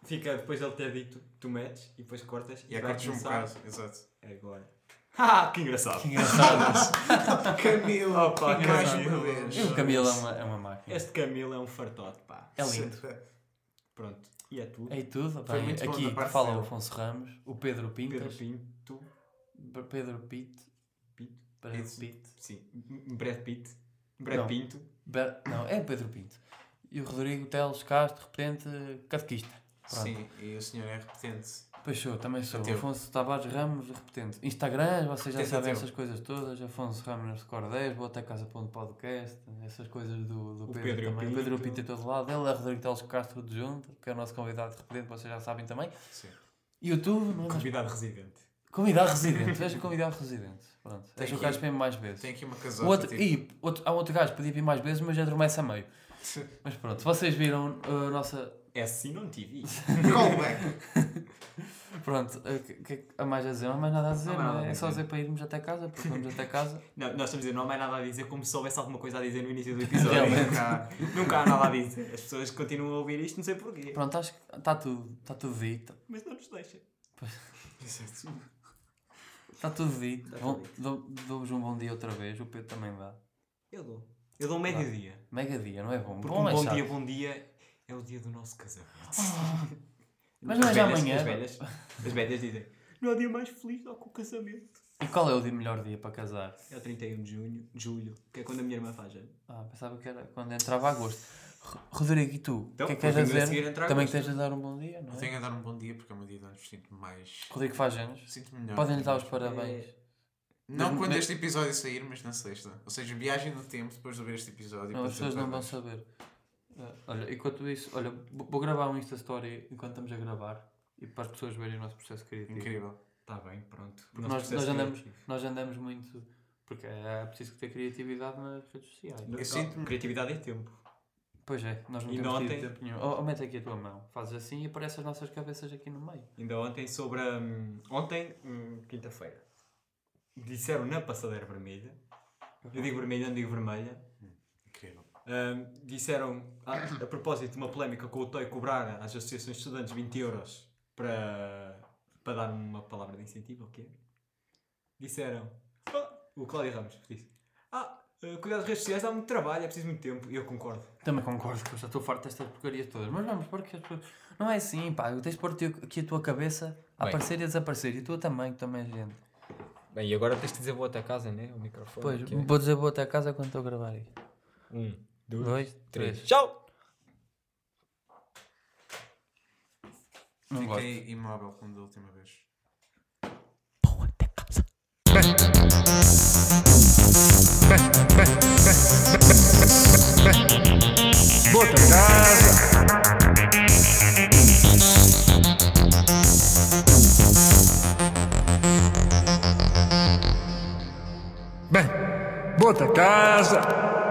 fica depois de ele ter dito, tu metes e depois cortas E há vai cortes um começar bocado, É exato. [LAUGHS] Agora. [LAUGHS] Ah, que engraçado. Camilo, Opa, que mais uma vez. O Camilo é uma, é uma máquina. Este Camilo é um fartote, pá. É lindo. Pronto. E é tudo. É tudo. Foi Bem, muito bom da aqui parte fala o dele. Afonso Ramos, o Pedro Pedro Pintas, Pinto. P- Pedro Pitt, Pinto? Pedro Pitt. Pitt. Sim. M- Brad Pitt. um Brad Não. Pinto. Be- Não, é o Pedro Pinto. E o Rodrigo Teles Castro, repetente, catequista. Pronto. Sim, e o senhor é repetente. Pois sou, também sou. Teu. Afonso Tavares Ramos, repetente. Instagram, vocês já Teu, teu, sabem teu. essas coisas todas. Afonso Ramos no Score 10, botacasa.podcast, essas coisas do, do O Pedro, Pedro também. Pinto. O Pedro Pinto em todo lado. Ele é Rodrigo Teles Castro de Junto, que é o nosso convidado repetente, vocês já sabem também. Sim. YouTube, não é? Mas- Convidado residente. Convidado residente, veja convidado residente. Pronto, Tem és o aqui- gajo para ir mais vezes. Tem aqui uma O casota. outro, tipo, e outro, há um outro gajo que podia vir mais vezes, mas já adormece a meio. Mas pronto, vocês viram a nossa. É assim não TV. [LAUGHS] Callback. Pronto, o que, é que há mais a dizer? Não há mais nada a dizer, Não há não, nada é? a É só dizer. dizer para irmos até casa, porque vamos até [LAUGHS] casa. Não, nós estamos a dizer, não há mais nada a dizer, como se houvesse alguma coisa a dizer no início do episódio. Realmente. nunca, há- [LAUGHS] nunca há nada a dizer. As pessoas continuam a ouvir isto, não sei porquê. Pronto, acho que está tudo, está tudo dito. Mas não nos deixa. Exato. Está tá tudo dito. Está Bom, Tá tudo dito. dou- Dou-vos um bom dia outra vez, o Pedro também dá. Eu dou. Eu dou um médio-dia. Mega dia, não é bom? Porque bom um é bom chato. dia, bom dia é o dia do nosso casamento. [LAUGHS] Mas não é As já velhas- amanhã. As velhas, as velhas dizem, não há dia mais feliz do que o casamento. E qual é o dia- melhor dia para casar? É o 31 de junho, julho, que é quando a minha irmã faz anos. Ah, pensava que era quando entrava agosto. Ro- Rodrigo, e tu? O Então, que é que queres Rodrigo, a seguir dizer? entra Também agosto. tens de dar um bom dia, não Eu é? tenho a dar um bom dia porque é um dia de onde sinto mais. Rodrigo faz anos. Sinto melhor. é? Podem-lhe dar os parabéns. Não Mas- quando mas- este episódio sair, mas na sexta. Ou seja, viagem no tempo depois de ver este episódio. Não, para as pessoas dizer não vão parabéns. saber. Ah, Olha, enquanto isso, olha, vou vou gravar um Insta Story enquanto estamos a gravar e para as pessoas verem o nosso processo criativo. Incrível. Está Tá bem, pronto. Porque nós, nós, andamos, nós andamos muito. Porque é preciso ter criatividade nas redes sociais. Eu sinto-me- Criatividade é tempo. Pois é, nós não E temos tido notem- tempo nenhum. Oh, oh, mete aqui a tua mão, fazes assim e aparecem as nossas cabeças aqui no meio. Ainda ontem sobre a... hum, Ontem, hum, quinta-feira, disseram na passadeira vermelha, eu digo vermelha, não digo vermelha, Incrível. Ahm, disseram, a, a propósito de uma polémica com o TOI cobrar às associações de estudantes 20 euros para, para dar uma palavra de incentivo, ou o quê? Disseram, "Ah", o Cláudio Ramos disse, ah, eh, cuidar das redes sociais dá muito trabalho, é preciso muito tempo, e eu concordo. Também concordo que eu já estou farto destas porcarias todas. Mas vamos, porque as pessoas. Não é assim, pá. Tens de pôr teu- aqui a tua cabeça a Bem. aparecer e a desaparecer. E a tua também, que também é gente. Bem, e agora tens de dizer boa até casa, né? O microfone. Pois, vou dizer boa até a casa quando estou a gravar isto. Um, dois, Dois, três. Tchau! Não gosto. Fiquei imóvel como da última vez. Bota casa. Bem, bota casa.